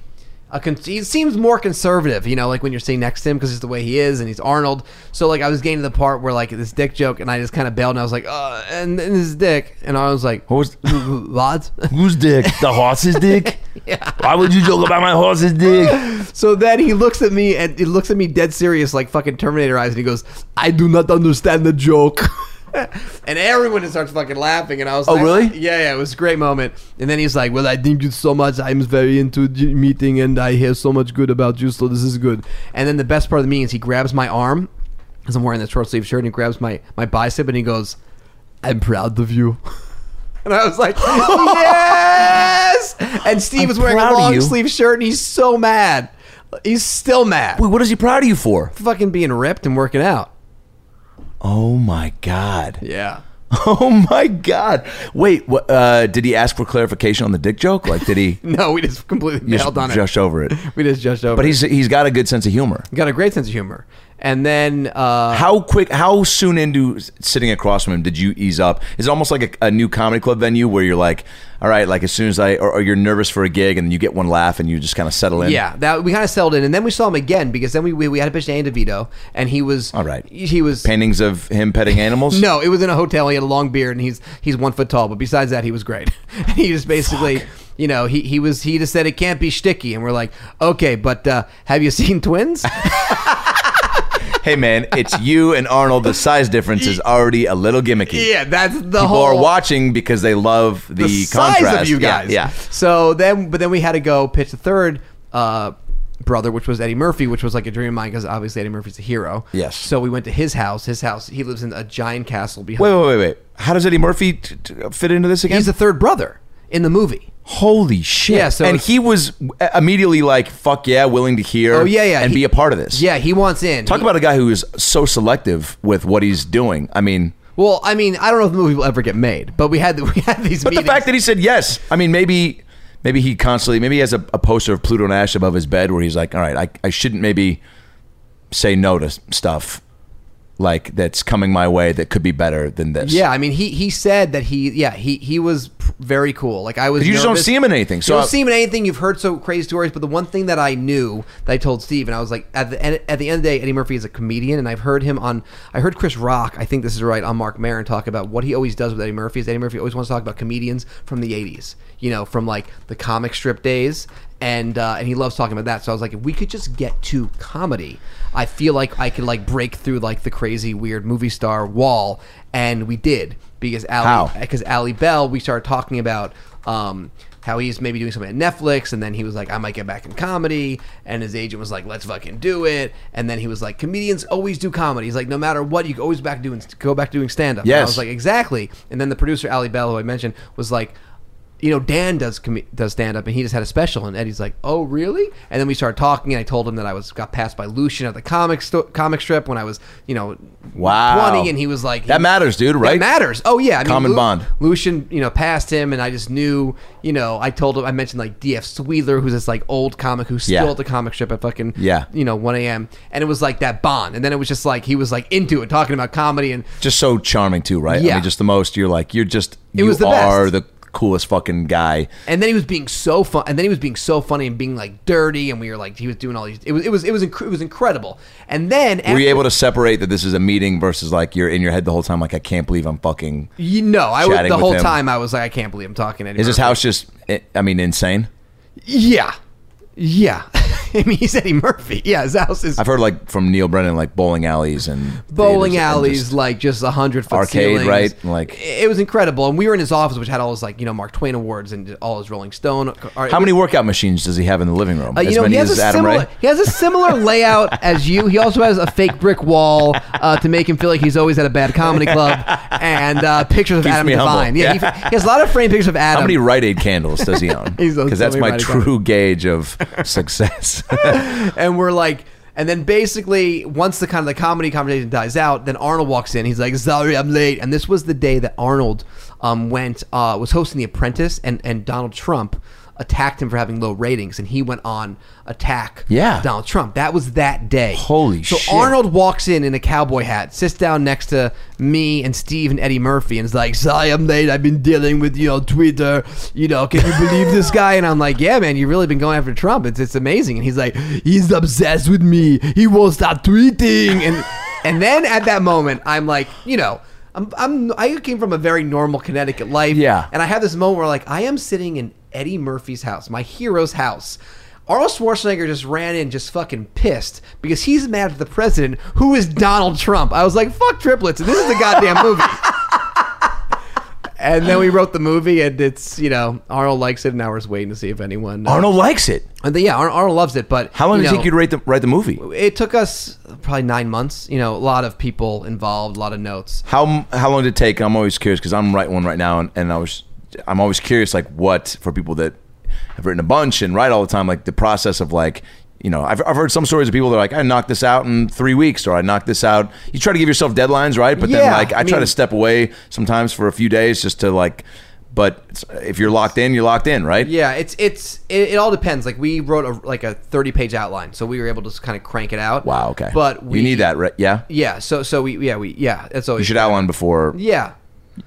Speaker 2: a con- he seems more conservative, you know, like when you're sitting next to him because it's the way he is and he's Arnold. So like I was getting to the part where like this dick joke and I just kind of bailed and I was like, uh, and, and this dick and I was like,
Speaker 1: What was-
Speaker 2: lads?
Speaker 1: Whose dick? The horse's dick? Why would you joke about my horse's dick?
Speaker 2: So then he looks at me and he looks at me dead serious, like fucking Terminator eyes, and he goes, "I do not understand the joke." and everyone just starts fucking laughing, and I was, "Oh, like,
Speaker 1: really?
Speaker 2: Yeah, yeah." It was a great moment. And then he's like, "Well, I thank you so much. I'm very into the meeting, and I hear so much good about you, so this is good." And then the best part of the meeting is he grabs my arm because I'm wearing this short sleeve shirt, and he grabs my my bicep, and he goes, "I'm proud of you." And I was like, yes! And Steve was wearing a
Speaker 1: proud of
Speaker 2: long
Speaker 1: you.
Speaker 2: sleeve shirt, and he's so mad. He's still mad.
Speaker 1: Wait, what is he proud of you for?
Speaker 2: fucking being ripped and working out.
Speaker 1: Oh my god.
Speaker 2: Yeah.
Speaker 1: Oh my god. Wait, what, uh, did he ask for clarification on the dick joke? Like, did he
Speaker 2: No, we just completely
Speaker 1: just
Speaker 2: nailed on it.
Speaker 1: just over it?
Speaker 2: We just judged over.
Speaker 1: But
Speaker 2: it.
Speaker 1: he's he's got a good sense of humor.
Speaker 2: got a great sense of humor. And then, uh,
Speaker 1: How quick? How soon into sitting across from him did you ease up? Is it almost like a, a new comedy club venue where you're like, all right, like as soon as I, or, or you're nervous for a gig and you get one laugh and you just kind of settle in?
Speaker 2: yeah, that we kind of settled in, and then we saw him again because then we we, we had a pitch to Andy DeVito, and he was
Speaker 1: All right.
Speaker 2: He was
Speaker 1: Paintings of him petting animals.
Speaker 2: No, it was in a hotel. He had a long beard, and he's he's one foot tall. But besides that, he was great. he just basically, you know, he he was he just said it can't be shticky, and we're like, okay, but uh, have you seen twins?
Speaker 1: Hey man, it's you and Arnold. The size difference is already a little gimmicky.
Speaker 2: yeah, that's the
Speaker 1: People
Speaker 2: whole.
Speaker 1: are watching because they love the, contrast.
Speaker 2: size of you
Speaker 1: Yeah,
Speaker 2: guys.
Speaker 1: Yeah.
Speaker 2: So then, but then we had to go pitch the third uh, brother, which was Eddie Murphy, which was like a dream of mine because obviously Eddie Murphy's a hero.
Speaker 1: Yes.
Speaker 2: So we went to his house. His house. He lives in a giant castle behind.
Speaker 1: Wait, wait, wait, wait. How does Eddie Murphy t- t- fit into this again?
Speaker 2: He's the third brother in the movie.
Speaker 1: Holy shit!
Speaker 2: Yeah, so
Speaker 1: and
Speaker 2: it's-
Speaker 1: he was uh, immediately like, "Fuck yeah, willing to hear."
Speaker 2: Oh, yeah, yeah,
Speaker 1: and
Speaker 2: he-
Speaker 1: be a part of this.
Speaker 2: Yeah, he wants in.
Speaker 1: Talk
Speaker 2: He-
Speaker 1: about a guy who is so selective with what he's doing. I mean,
Speaker 2: Well, I mean, I don't know if the movie will ever get made, but we had we had these
Speaker 1: but the
Speaker 2: meetings.
Speaker 1: fact that he said yes, I mean, maybe maybe he constantly, maybe he has a, a poster of Pluto and Ash above his bed where he's like, all right, I, I shouldn't maybe say no to s- stuff like that's coming my way that could be better than this.
Speaker 2: yeah, I mean, he he said that he yeah he he was pr- very cool. Like I was.
Speaker 1: You just don't
Speaker 2: nervous.
Speaker 1: see him in anything. So
Speaker 2: you don't
Speaker 1: I-
Speaker 2: see him in anything. You've heard so crazy stories, but the one thing that I knew that I told Steve, and I was like, at the end, at the end of the day, Eddie Murphy is a comedian, and I've heard him on. I heard Chris Rock. I think this is right on Mark Maron talk about what he always does with Eddie Murphy. Is Eddie Murphy always wants to talk about comedians from the '80s, you know, from like the comic strip days, and uh, and he loves talking about that. So I was like, if we could just get to comedy, I feel like I could like break through like the crazy weird movie star wall, and we did because Al
Speaker 1: How?
Speaker 2: because Ali Bell, we started talking about um, how he's maybe doing something at Netflix, and then he was like, I might get back in comedy, and his agent was like, Let's fucking do it, and then he was like, Comedians always do comedy. He's like, No matter what, you can always back doing go back to doing stand up. I
Speaker 1: Yes.
Speaker 2: was like, Exactly. And then the producer Ali Bell, who I mentioned, was like. You know, Dan does com- does stand up, and he just had a special. And Eddie's like, "Oh, really?" And then we started talking, and I told him that I was got passed by Lucian at the comic sto- comic strip when I was, you know,
Speaker 1: Wow.
Speaker 2: twenty, and he was like,
Speaker 1: That matters, dude, right?
Speaker 2: That matters. Oh yeah, I mean,
Speaker 1: Common bond.
Speaker 2: Lucian, you know, passed him, and I just knew, you know, I told him, I mentioned like D.F. Sweeler, who's this like old comic who's still
Speaker 1: Yeah.
Speaker 2: at the comic strip at fucking,
Speaker 1: Yeah.
Speaker 2: you know, 1 a.m. And it was like that bond. And then it was just like, he was like into it, talking about comedy. And
Speaker 1: just so charming too, right? I
Speaker 2: Yeah.
Speaker 1: mean, just the most. You're like, you're just.
Speaker 2: It
Speaker 1: you
Speaker 2: was the best.
Speaker 1: are the coolest fucking guy.
Speaker 2: and then he was being so fun, and then he was being so funny and being like dirty, and we were like, he was doing all these. It was it was it was inc- it was incredible. And then
Speaker 1: Were you able to separate that this is a meeting versus like you're in your head the whole time? Like I can't believe I'm fucking.
Speaker 2: You know, I was,
Speaker 1: chatting
Speaker 2: the
Speaker 1: with
Speaker 2: whole
Speaker 1: him?
Speaker 2: time I was like, I can't believe I'm talking to Eddie
Speaker 1: Is this
Speaker 2: Murphy.
Speaker 1: house just? I- I mean, insane.
Speaker 2: Yeah, yeah. I mean, he's Eddie Murphy. Yeah, his house is
Speaker 1: I've heard like from Neil Brennan, like bowling alleys and
Speaker 2: bowling
Speaker 1: theaters and
Speaker 2: alleys,
Speaker 1: just-
Speaker 2: like just a hundred foot
Speaker 1: Arcade,
Speaker 2: ceilings.
Speaker 1: right? Like-
Speaker 2: it was incredible, and we were in his office, which had all his like you know Mark Twain awards and all his Rolling Stone.
Speaker 1: how many workout machines does he have in the living room?
Speaker 2: Uh, you know, he has, a similar, he has a similar layout as you. He also has a fake brick wall uh, to make him feel like he's always at a bad comedy club, and uh, pictures of
Speaker 1: Keeps
Speaker 2: Adam
Speaker 1: me humble.
Speaker 2: Devine. Yeah, he- He, has a lot of framed pictures of Adam.
Speaker 1: How many Rite Aid candles does he own?
Speaker 2: He's on
Speaker 1: Because
Speaker 2: so
Speaker 1: that's
Speaker 2: many
Speaker 1: my
Speaker 2: Rite Aid
Speaker 1: true gauge of success.
Speaker 2: and we're like and then basically once the kind of the comedy conversation dies out then arnold walks in he's like sorry i'm late and this was the day that arnold um, went uh, was hosting the apprentice and, and donald trump attacked him for having low ratings, and he went on attack
Speaker 1: Yeah.
Speaker 2: Donald Trump. That was that day.
Speaker 1: Holy
Speaker 2: so
Speaker 1: shit.
Speaker 2: Arnold walks in in a cowboy hat, sits down next to me and Steve and Eddie Murphy, and is like, "Sorry, I'm late. I've been dealing with you know Twitter. You know, can you believe this guy?" And I'm like, "Yeah, man, you've really been going after Trump. It's it's amazing." And he's like, "He's obsessed with me. He won't stop tweeting." And and then at that moment, I'm like, you know. I'm, I'm, I came from a very normal Connecticut life.
Speaker 1: Yeah.
Speaker 2: And I have this moment where, like, I am sitting in Eddie Murphy's house, my hero's house. Arnold Schwarzenegger just ran in, just fucking pissed because he's mad at the president, who is Donald Trump. I was like, fuck triplets. This is a goddamn movie. and then we wrote the movie, and it's, you know, Arnold likes it, and now we're just waiting to see if anyone. uh,
Speaker 1: Arnold likes it.
Speaker 2: And then, yeah, Ar- Arnold loves it, but.
Speaker 1: How long did
Speaker 2: you
Speaker 1: it
Speaker 2: know,
Speaker 1: take you to write the, write the movie?
Speaker 2: It took us probably nine months. You know, a lot of people involved, a lot of notes.
Speaker 1: How how long did it take? I'm always curious because I'm writing one right now, and, and I was I'm always curious like what for people that have written a bunch and write all the time, like the process of like you know I've, I've heard some stories of people that are like I knocked this out in three weeks or I knocked this out. You try to give yourself deadlines, right? But then
Speaker 2: Yeah,
Speaker 1: like I,
Speaker 2: I
Speaker 1: try to
Speaker 2: mean-
Speaker 1: step away sometimes for a few days just to like. But it's- if you're locked in, you're locked in, right?
Speaker 2: Yeah, it's it's it, it all depends. Like we wrote a, like a thirty page outline, so we were able to just kind of crank it out.
Speaker 1: Wow. Okay.
Speaker 2: But we
Speaker 1: you need that, right? Yeah.
Speaker 2: Yeah. So so we yeah we yeah that's always
Speaker 1: You should outline before.
Speaker 2: yeah.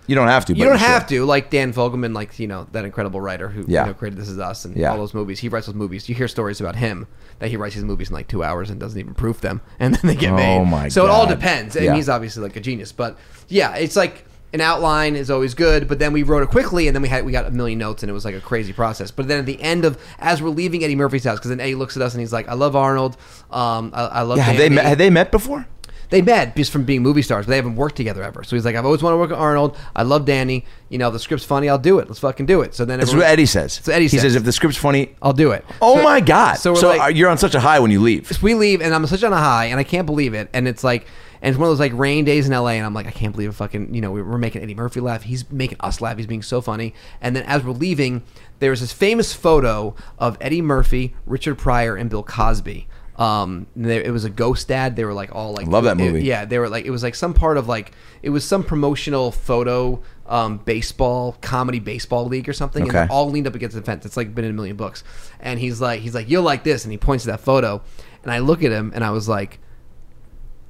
Speaker 1: You don't have to.
Speaker 2: You don't have to like Dan Fogelman, like you know that incredible writer who
Speaker 1: Yeah.
Speaker 2: you know, created This Is Us and
Speaker 1: Yeah.
Speaker 2: all those movies. He writes those movies. You hear stories about him that he writes these movies in like two hours and doesn't even proof them, and then they get
Speaker 1: Oh
Speaker 2: made.
Speaker 1: my
Speaker 2: so it all
Speaker 1: God.
Speaker 2: depends.
Speaker 1: Yeah.
Speaker 2: And he's obviously like a genius, but yeah, it's like an outline is always good. But then we wrote it quickly, and then we had we got a million notes, and it was like a crazy process. But then at the end of as we're leaving Eddie Murphy's house, because then Eddie looks at us and he's like, "I love Arnold. Um, I, I love."
Speaker 1: Yeah, have they
Speaker 2: Danny."
Speaker 1: met, have they met before?
Speaker 2: They met just from being movie stars, but they haven't worked together ever. So he's like, I've always wanted to work with Arnold. I love Danny. You know, the script's funny. I'll do it. Let's fucking do it. So then
Speaker 1: That's what
Speaker 2: everyone-
Speaker 1: Eddie says.
Speaker 2: So Eddie
Speaker 1: he
Speaker 2: says-
Speaker 1: says if the script's funny,
Speaker 2: I'll do it.
Speaker 1: Oh
Speaker 2: So-
Speaker 1: my god! So,
Speaker 2: So, we're like,
Speaker 1: uh, you're on such a high when you leave.
Speaker 2: we leave, and I'm such on a high, and I can't believe it. And it's like, and it's one of those like rain days in LA, and I'm like, I can't believe it. Fucking, you know, we- we're making Eddie Murphy laugh. He's making us laugh. He's being so funny. And then as we're leaving, there's this famous photo of Eddie Murphy, Richard Pryor, and Bill Cosby. Um, they, it was a ghost ad. They were like all like,
Speaker 1: Love that
Speaker 2: it-
Speaker 1: movie.
Speaker 2: yeah, yeah, they were like it was like some part of like it was some promotional photo um, baseball comedy baseball league or something, and
Speaker 1: Okay.
Speaker 2: they're all leaned up against the fence. It's like been in a million books, and he's like he's like you'll like this, and he points to that photo, and I look at him and I was like,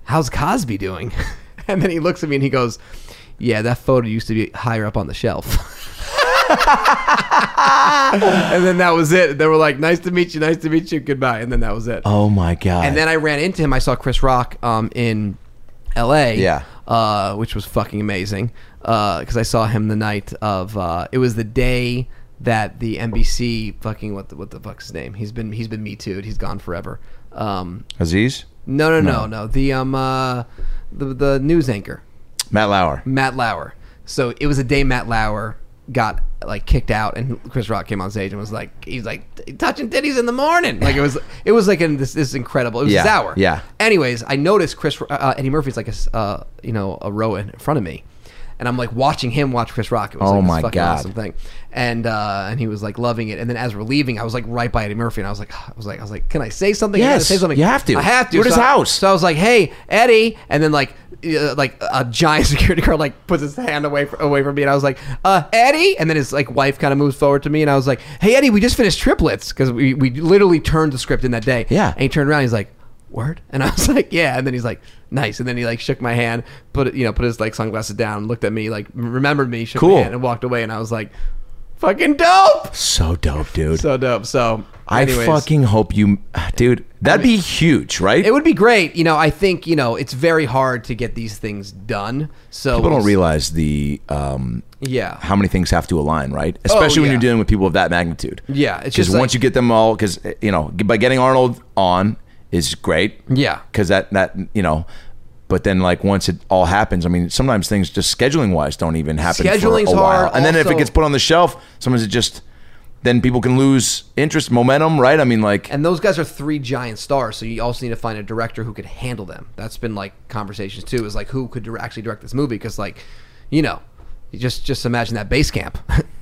Speaker 2: how's Cosby doing? and then he looks at me and he goes, yeah, that photo used to be higher up on the shelf. and then that was it. They were like, "Nice to meet you. Nice to meet you. Goodbye." And then that was it.
Speaker 1: Oh my god!
Speaker 2: And then I ran into him. I saw Chris Rock um, in L.A.
Speaker 1: Yeah.
Speaker 2: uh, which was fucking amazing because I saw him the night of. Uh, it was the day that the NBC fucking what the, what the fuck's his name? He's been he's been me too. He's gone forever. Um,
Speaker 1: Aziz,
Speaker 2: no, no, no, no, The um uh, the the news anchor
Speaker 1: Matt Lauer.
Speaker 2: Matt Lauer. So it was the day Matt Lauer got like kicked out, and Chris Rock came on stage and was like, he's like touching titties in the morning. Like it was, it was like in this, this incredible. It was
Speaker 1: Yeah,
Speaker 2: this hour.
Speaker 1: yeah.
Speaker 2: Anyways, I noticed Chris uh, Eddie Murphy's like a s- uh, you know a row in front of me, and I'm like watching him watch Chris Rock. It was
Speaker 1: Oh
Speaker 2: like, this
Speaker 1: my
Speaker 2: fucking
Speaker 1: God.
Speaker 2: awesome thing. And uh, and he was like loving it. And then as we're leaving, I was like right by Eddie Murphy, and I was like, I was like, I was like, can I say something? I gotta
Speaker 1: Yes,
Speaker 2: say something.
Speaker 1: you have to.
Speaker 2: I have to.
Speaker 1: You're at
Speaker 2: so
Speaker 1: his
Speaker 2: I-
Speaker 1: house.
Speaker 2: so I was like, "Hey, Eddie," and then like, uh, like a giant security guard like puts his hand away fr- away from me, and I was like, "Uh, Eddie," and then his like wife kind of moves forward to me, and I was like, "Hey, Eddie, we just finished triplets because we we literally turned the script in that day."
Speaker 1: Yeah.
Speaker 2: and he turned around, he's like. Word, and I was like, yeah, and then he's like, nice, and then he like shook my hand, put it- you know, put his like sunglasses down, looked at me, like remembered me, shook
Speaker 1: Cool.
Speaker 2: my hand, and walked away, and I was like, fucking dope,
Speaker 1: So dope, dude.
Speaker 2: so dope. So anyways.
Speaker 1: I fucking hope you, dude. That'd be huge, right?
Speaker 2: It would be great. You know, I think, you know, it's very hard to get these things done. So
Speaker 1: People don't realize the um,
Speaker 2: Yeah.
Speaker 1: how many things have to align, right? Especially when
Speaker 2: Oh, yeah.
Speaker 1: you're dealing with people of that magnitude.
Speaker 2: Yeah,
Speaker 1: because
Speaker 2: it's just like-
Speaker 1: once you get them all, because you know, by getting Arnold on is great.
Speaker 2: Yeah.
Speaker 1: because that that you know. But then, like once it all happens, I mean, sometimes things just scheduling wise don't even happen.
Speaker 2: Scheduling's
Speaker 1: for a while.
Speaker 2: hard,
Speaker 1: and then if it
Speaker 2: also-
Speaker 1: gets put on the shelf, sometimes it just then people can lose interest, momentum, right? I mean, like
Speaker 2: And those guys are three giant stars, so you also need to find a director who could handle them. That's been like conversations too. Is like who could dir- actually direct this movie? Because like, you know, you just just imagine that base camp.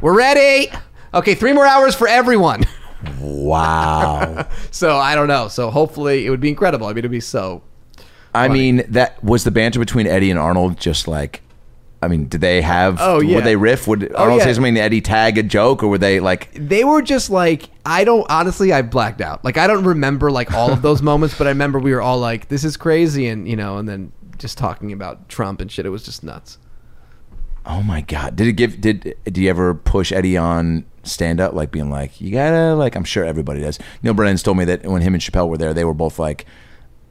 Speaker 2: We're ready. Okay, three more hours for everyone.
Speaker 1: wow.
Speaker 2: So I don't know. So hopefully it would be incredible. I mean, it'd be so
Speaker 1: I mean, that was the banter between Eddie and Arnold just like I mean, did they have?
Speaker 2: Oh, yeah. Oh,
Speaker 1: Would they riff? Would Arnold
Speaker 2: yeah.
Speaker 1: say something to Eddie tag a joke, or were they like?
Speaker 2: they were just like I don't honestly I blacked out. Like I don't remember like all of those moments, but I remember we were all like this is crazy and you know and then just talking about Trump and shit it was just nuts.
Speaker 1: Oh my god! Did it give? Did do you ever push Eddie on stand up? Like being like, you gotta like. I'm sure everybody does. Neil Brennan's told me that when him and Chappelle were there, they were both like,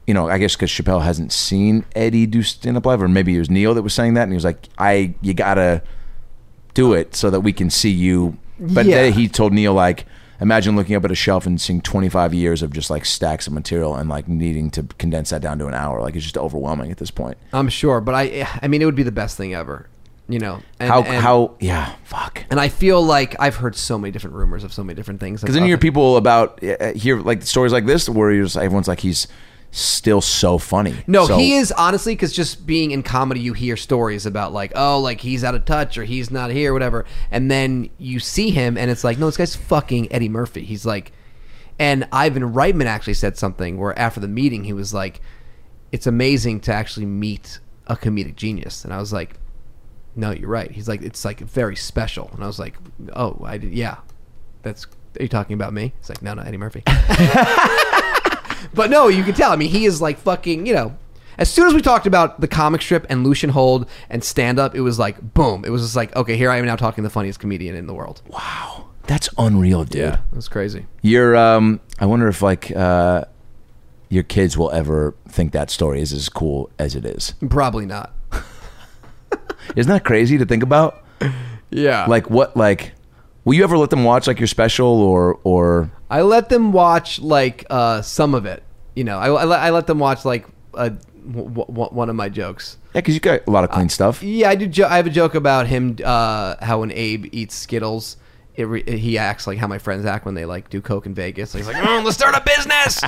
Speaker 1: you know, I guess because Chappelle hasn't seen Eddie do stand up live, or maybe it was Neil that was saying that, and he was like, I, you gotta do it so that we can see you. But
Speaker 2: Yeah.
Speaker 1: then he told Neil like. Imagine looking up at a shelf and seeing 25 years of just like stacks of material and like needing to condense that down to an hour. Like it's just overwhelming at this point.
Speaker 2: I'm sure, but I I mean it would be the best thing ever, you know. And,
Speaker 1: how,
Speaker 2: and,
Speaker 1: how, yeah, fuck.
Speaker 2: and I feel like I've heard so many different rumors of so many different things.
Speaker 1: Because then you hear people about uh, hear like stories like this where you're just, everyone's like he's still so funny.
Speaker 2: No,
Speaker 1: So-
Speaker 2: he is honestly because just being in comedy, you hear stories about like, oh, like he's out of touch or he's not here, whatever. And then you see him, and it's like, no, this guy's fucking Eddie Murphy. He's like, and Ivan Reitman actually said something where after the meeting, he was like, it's amazing to actually meet a comedic genius. And I was like, no, you're right. He's like, it's like very special. And I was like, oh, I did, yeah, that's. Are you talking about me? It's like, no, no, Eddie Murphy. But no, you can tell. I mean, he is like fucking, you know. As soon as we talked about the comic strip and Lucian Hold and stand up, it was like boom. It was just like, okay, here I am now talking to the funniest comedian in the world.
Speaker 1: Wow, that's unreal, dude.
Speaker 2: It was crazy.
Speaker 1: You're um, I wonder if like uh, your kids will ever think that story is as cool as it is.
Speaker 2: Probably not.
Speaker 1: Isn't that crazy to think about?
Speaker 2: Yeah. Like
Speaker 1: Like what? Like, will you ever let them watch like your special or or?
Speaker 2: I let them watch like uh some of it. You know, I I, let- I let them watch like a w- w- one of my jokes.
Speaker 1: Yeah, because you got a lot of clean stuff.
Speaker 2: Yeah, I do. Jo- I have a joke about him. Uh, how when Abe eats Skittles, it re- he acts like how my friends act when they like do coke in Vegas. Like, he's like, "Mm, let's start a business.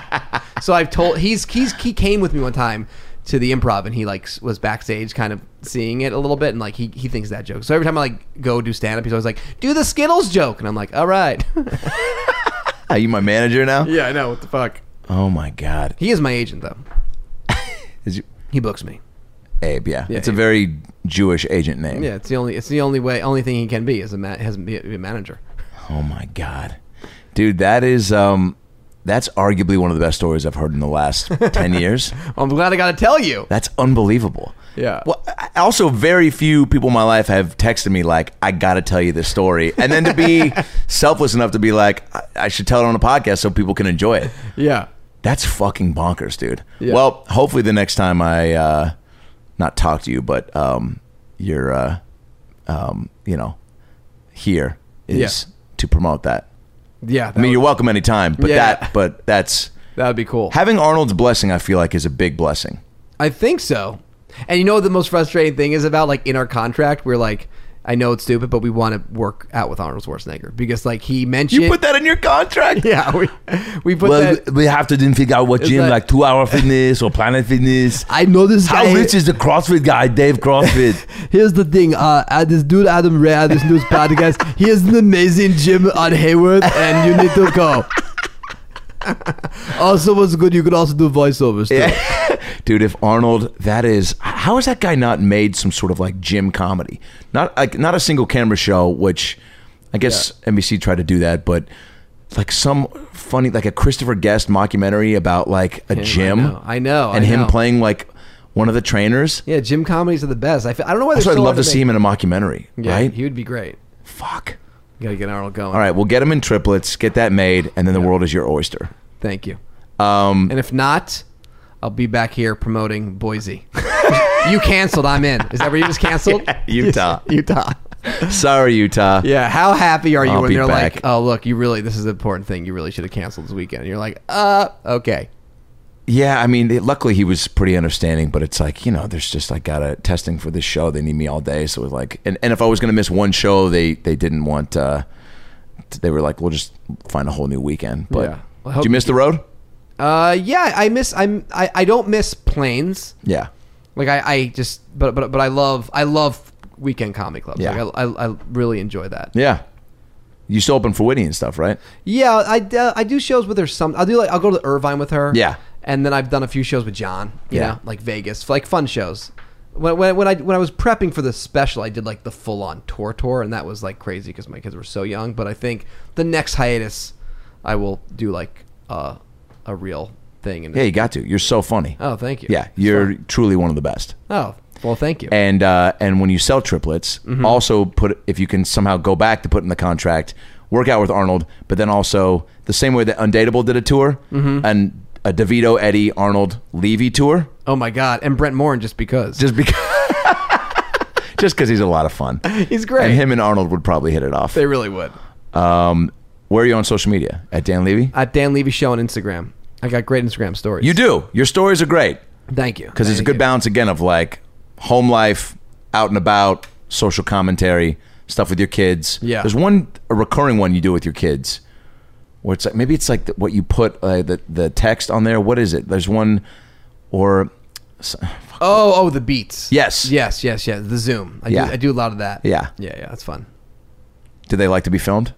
Speaker 2: so I've told he's he's he came with me one time to the improv and he like s- was backstage kind of seeing it a little bit and like he, he thinks that joke. So every time I like go do stand up, he's always like, do the Skittles joke, and I'm like, all right.
Speaker 1: Are you my manager now?
Speaker 2: yeah, I know what the fuck.
Speaker 1: Oh my god,
Speaker 2: He is my agent though.
Speaker 1: is you,
Speaker 2: He books me.
Speaker 1: Abe? Yeah, it's a
Speaker 2: Abe.
Speaker 1: very Jewish agent name.
Speaker 2: Yeah, it's the only it's the only way only thing he can be is a ma- has be a manager.
Speaker 1: Oh my god, dude, that is um, that's arguably one of the best stories I've heard in the last ten years.
Speaker 2: I'm glad I got to tell you.
Speaker 1: That's unbelievable.
Speaker 2: Yeah.
Speaker 1: Well, I- also, very few people in my life have texted me like, "I got to tell you this story," and then to be selfless enough to be like, I-, "I should tell it on a podcast so people can enjoy it."
Speaker 2: Yeah.
Speaker 1: That's fucking bonkers, dude.
Speaker 2: Yeah.
Speaker 1: Well, hopefully the next time I, uh, not talk to you, but um, you're, uh, um, you know, here is
Speaker 2: Yeah.
Speaker 1: to promote that.
Speaker 2: Yeah, that,
Speaker 1: I mean, you're
Speaker 2: would,
Speaker 1: welcome anytime, but
Speaker 2: Yeah.
Speaker 1: that, but that's
Speaker 2: that would be cool.
Speaker 1: having Arnold's blessing. I feel like is a big blessing.
Speaker 2: I think so. And you know what the most frustrating thing is about like in our contract, we're like, I know it's stupid, but we want to work out with Arnold Schwarzenegger because like he mentioned,
Speaker 1: You put that in your contract.
Speaker 2: yeah, we we put
Speaker 4: well,
Speaker 2: that.
Speaker 4: we have to then figure out what
Speaker 2: Is
Speaker 4: gym,
Speaker 2: that-
Speaker 4: like Two Hour Fitness or Planet Fitness.
Speaker 2: I know this
Speaker 4: How
Speaker 2: guy.
Speaker 4: rich is the CrossFit guy, Dave CrossFit?
Speaker 2: Here's the thing. Uh, uh, this dude Adam Ray had this news podcast. He has an amazing gym on Hayward, and you need to go. also, what's good? You could also do voiceovers. Too.
Speaker 1: Dude, if Arnold, that is, how is that guy not made some sort of like gym comedy? Not like not a single camera show, which I guess NBC tried to do that, but like some funny, like a Christopher Guest mockumentary about like a
Speaker 2: I
Speaker 1: gym.
Speaker 2: know, I know,
Speaker 1: and
Speaker 2: I
Speaker 1: him
Speaker 2: know.
Speaker 1: playing like one of the trainers.
Speaker 2: Yeah, gym comedies are the best. I, feel, I don't know why.
Speaker 1: Also,
Speaker 2: they're
Speaker 1: I'd
Speaker 2: so
Speaker 1: love
Speaker 2: hard
Speaker 1: to see
Speaker 2: make.
Speaker 1: him in a mockumentary.
Speaker 2: Yeah,
Speaker 1: right?
Speaker 2: he would be great.
Speaker 1: Fuck.
Speaker 2: Gotta get Arnold going.
Speaker 1: All right, we'll get him in triplets, get that made, and then the world is your oyster.
Speaker 2: Thank you. Um, and if not, I'll be back here promoting Boise. you canceled. I'm in. Is that where you just canceled?
Speaker 1: Utah.
Speaker 2: Utah.
Speaker 1: Sorry, Utah.
Speaker 2: Yeah. How happy are you
Speaker 1: I'll
Speaker 2: when
Speaker 1: be
Speaker 2: they're
Speaker 1: back.
Speaker 2: like, "Oh, look, you really this is an important thing. You really should have canceled this weekend." And you're like, "Uh, okay."
Speaker 1: Yeah, I mean, it- luckily he was pretty understanding, but it's like you know, there's just I gotta testing for this show. They need me all day, so it was like, and, and if I was gonna miss one show, they they didn't want. uh They were like, we'll just find a whole new weekend. But
Speaker 2: Yeah. Well, I
Speaker 1: did
Speaker 2: hope
Speaker 1: you miss the road?
Speaker 2: Uh, yeah. I miss. I'm. I, I don't miss planes.
Speaker 1: Yeah,
Speaker 2: Like I, I just. But but but I love. I love weekend comedy clubs.
Speaker 1: Yeah.
Speaker 2: Like I, I I really enjoy that.
Speaker 1: yeah. You still open for Whitney and stuff, right?
Speaker 2: Yeah, I, uh, I do shows with her. Some I'll do like I'll go to Irvine with her.
Speaker 1: Yeah.
Speaker 2: and then I've done a few shows with John. You
Speaker 1: Yeah.
Speaker 2: know, like Vegas, like fun shows. when, when, when I when I was prepping for the special, I did like the full on tour tour, and that was like crazy because my kids were so young. But I think the next hiatus, I will do like uh, a real thing. And
Speaker 1: Yeah, you got to. You're so funny.
Speaker 2: oh, thank you.
Speaker 1: yeah, you're truly one of the best.
Speaker 2: Oh, well, thank you.
Speaker 1: And uh, and when you sell triplets, also put if you can somehow go back to put in the contract, work out with Arnold, but then also the same way that Undateable did a tour and a DeVito, Eddie, Arnold, Levy tour,
Speaker 2: oh my God, and Brent Morin just because
Speaker 1: just because just because he's a lot of fun.
Speaker 2: he's great.
Speaker 1: And him and Arnold would probably hit it off.
Speaker 2: they really would.
Speaker 1: Um, where are you on social media? At Dan Levy?
Speaker 2: At Dan Levy Show on Instagram, I got great Instagram stories.
Speaker 1: You do. Your stories are great
Speaker 2: Thank you.
Speaker 1: because it's a
Speaker 2: Thank
Speaker 1: good
Speaker 2: you.
Speaker 1: balance again of like home life, out and about, social commentary, stuff with your kids.
Speaker 2: Yeah.
Speaker 1: There's one a recurring one you do with your kids where it's like maybe it's like the, what you put uh, the the text on there. What is it? There's one or
Speaker 2: Oh, oh, the beats.
Speaker 1: Yes.
Speaker 2: Yes, yes, yes. The Zoom. I,
Speaker 1: Yeah.
Speaker 2: do, I do a lot of that.
Speaker 1: Yeah.
Speaker 2: Yeah, yeah. That's fun.
Speaker 1: do they like to be filmed?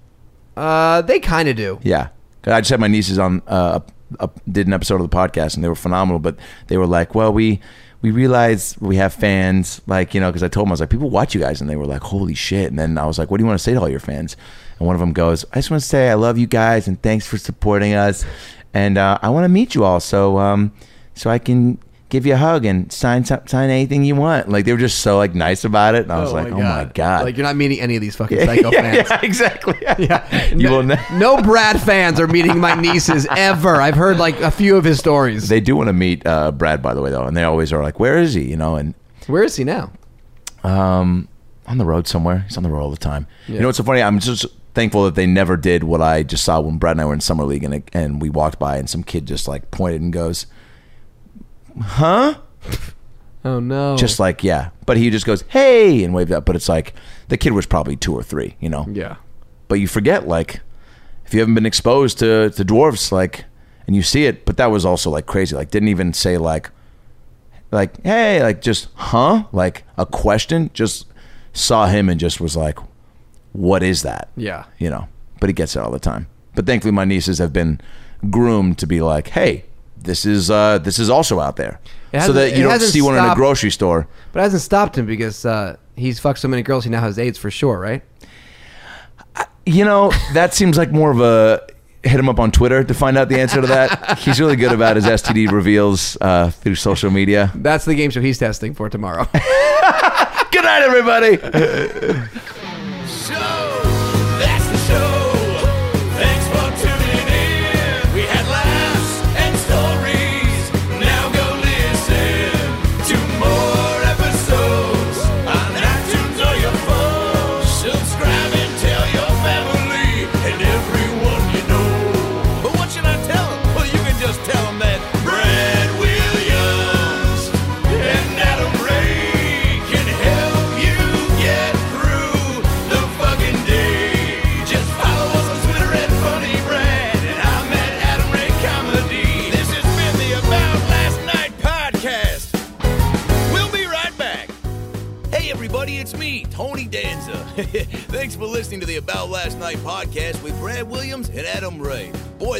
Speaker 2: Uh, they kind of do.
Speaker 1: Yeah. 'Cause I just had my nieces on, uh, up- up- did an episode of the podcast and they were phenomenal, but they were like, well, we, we realize we have fans, like, you know, because I told them, I was like, people watch you guys. And they were like, holy shit. And then I was like, what do you want to say to all your fans? And one of them goes, I just want to say I love you guys and thanks for supporting us. And uh, I want to meet you all so, um, so I can give you a hug and sign some- sign anything you want. Like, they were just so, like, nice about it. And I was like, oh my God.
Speaker 2: Like you're not meeting any of these fucking psycho
Speaker 1: yeah,
Speaker 2: fans.
Speaker 1: yeah, exactly.
Speaker 2: Yeah.
Speaker 1: You
Speaker 2: no,
Speaker 1: will ne-
Speaker 2: no Brad fans are meeting my nieces ever. I've heard like a few of his stories.
Speaker 1: They do want to meet uh, Brad, by the way, though, and they always are like, "Where is he?" You know, and
Speaker 2: Where is he now?
Speaker 1: um, on the road somewhere. He's on the road all the time. You
Speaker 2: Yeah.
Speaker 1: know, what's so funny. I'm just thankful that they never did what I just saw when Brad and I were in summer league, and and we walked by, and some kid just like pointed and goes, "Huh?"
Speaker 2: Oh no.
Speaker 1: Just like yeah, but he just goes, "Hey," and waved up. But it's like the kid was probably two or three. You know,
Speaker 2: yeah.
Speaker 1: but you forget like if you haven't been exposed to to dwarfs like and you see it but that was also like crazy like didn't even say like like hey like just huh like a question just saw him and just was like what is that
Speaker 2: Yeah.
Speaker 1: you know but he gets it all the time but thankfully my nieces have been groomed to be like hey this is uh this is also out there so
Speaker 2: It hasn't-
Speaker 1: that you
Speaker 2: it
Speaker 1: don't
Speaker 2: hasn't
Speaker 1: see one in a
Speaker 2: stopped-
Speaker 1: grocery store
Speaker 2: But it hasn't stopped him because uh, he's fucked so many girls. He now has AIDS for sure, right?
Speaker 1: You know, that seems like more of a hit him up on Twitter to find out the answer to that. He's really good about his STD reveals uh, through social media.
Speaker 2: That's the game show he's testing for tomorrow.
Speaker 1: Good night, everybody.
Speaker 5: show. That's the show. Thanks for tuning in. We had laughs and stories. Now go listen to more episodes on iTunes or your phone. Subscribe and tell your family and everyone you know. But what should I tell them? Well, you can just tell them that Brad Williams and Adam Ray can help you get through the fucking day. Just follow us on Twitter at Funny Brad, and I'm at Adam Ray Comedy. This has been the About Last Night podcast. We'll be right back. Hey, everybody, it's me, Tony Danza. Thanks for listening to the About Last Night podcast with Brad Williams and Adam Ray. Boy,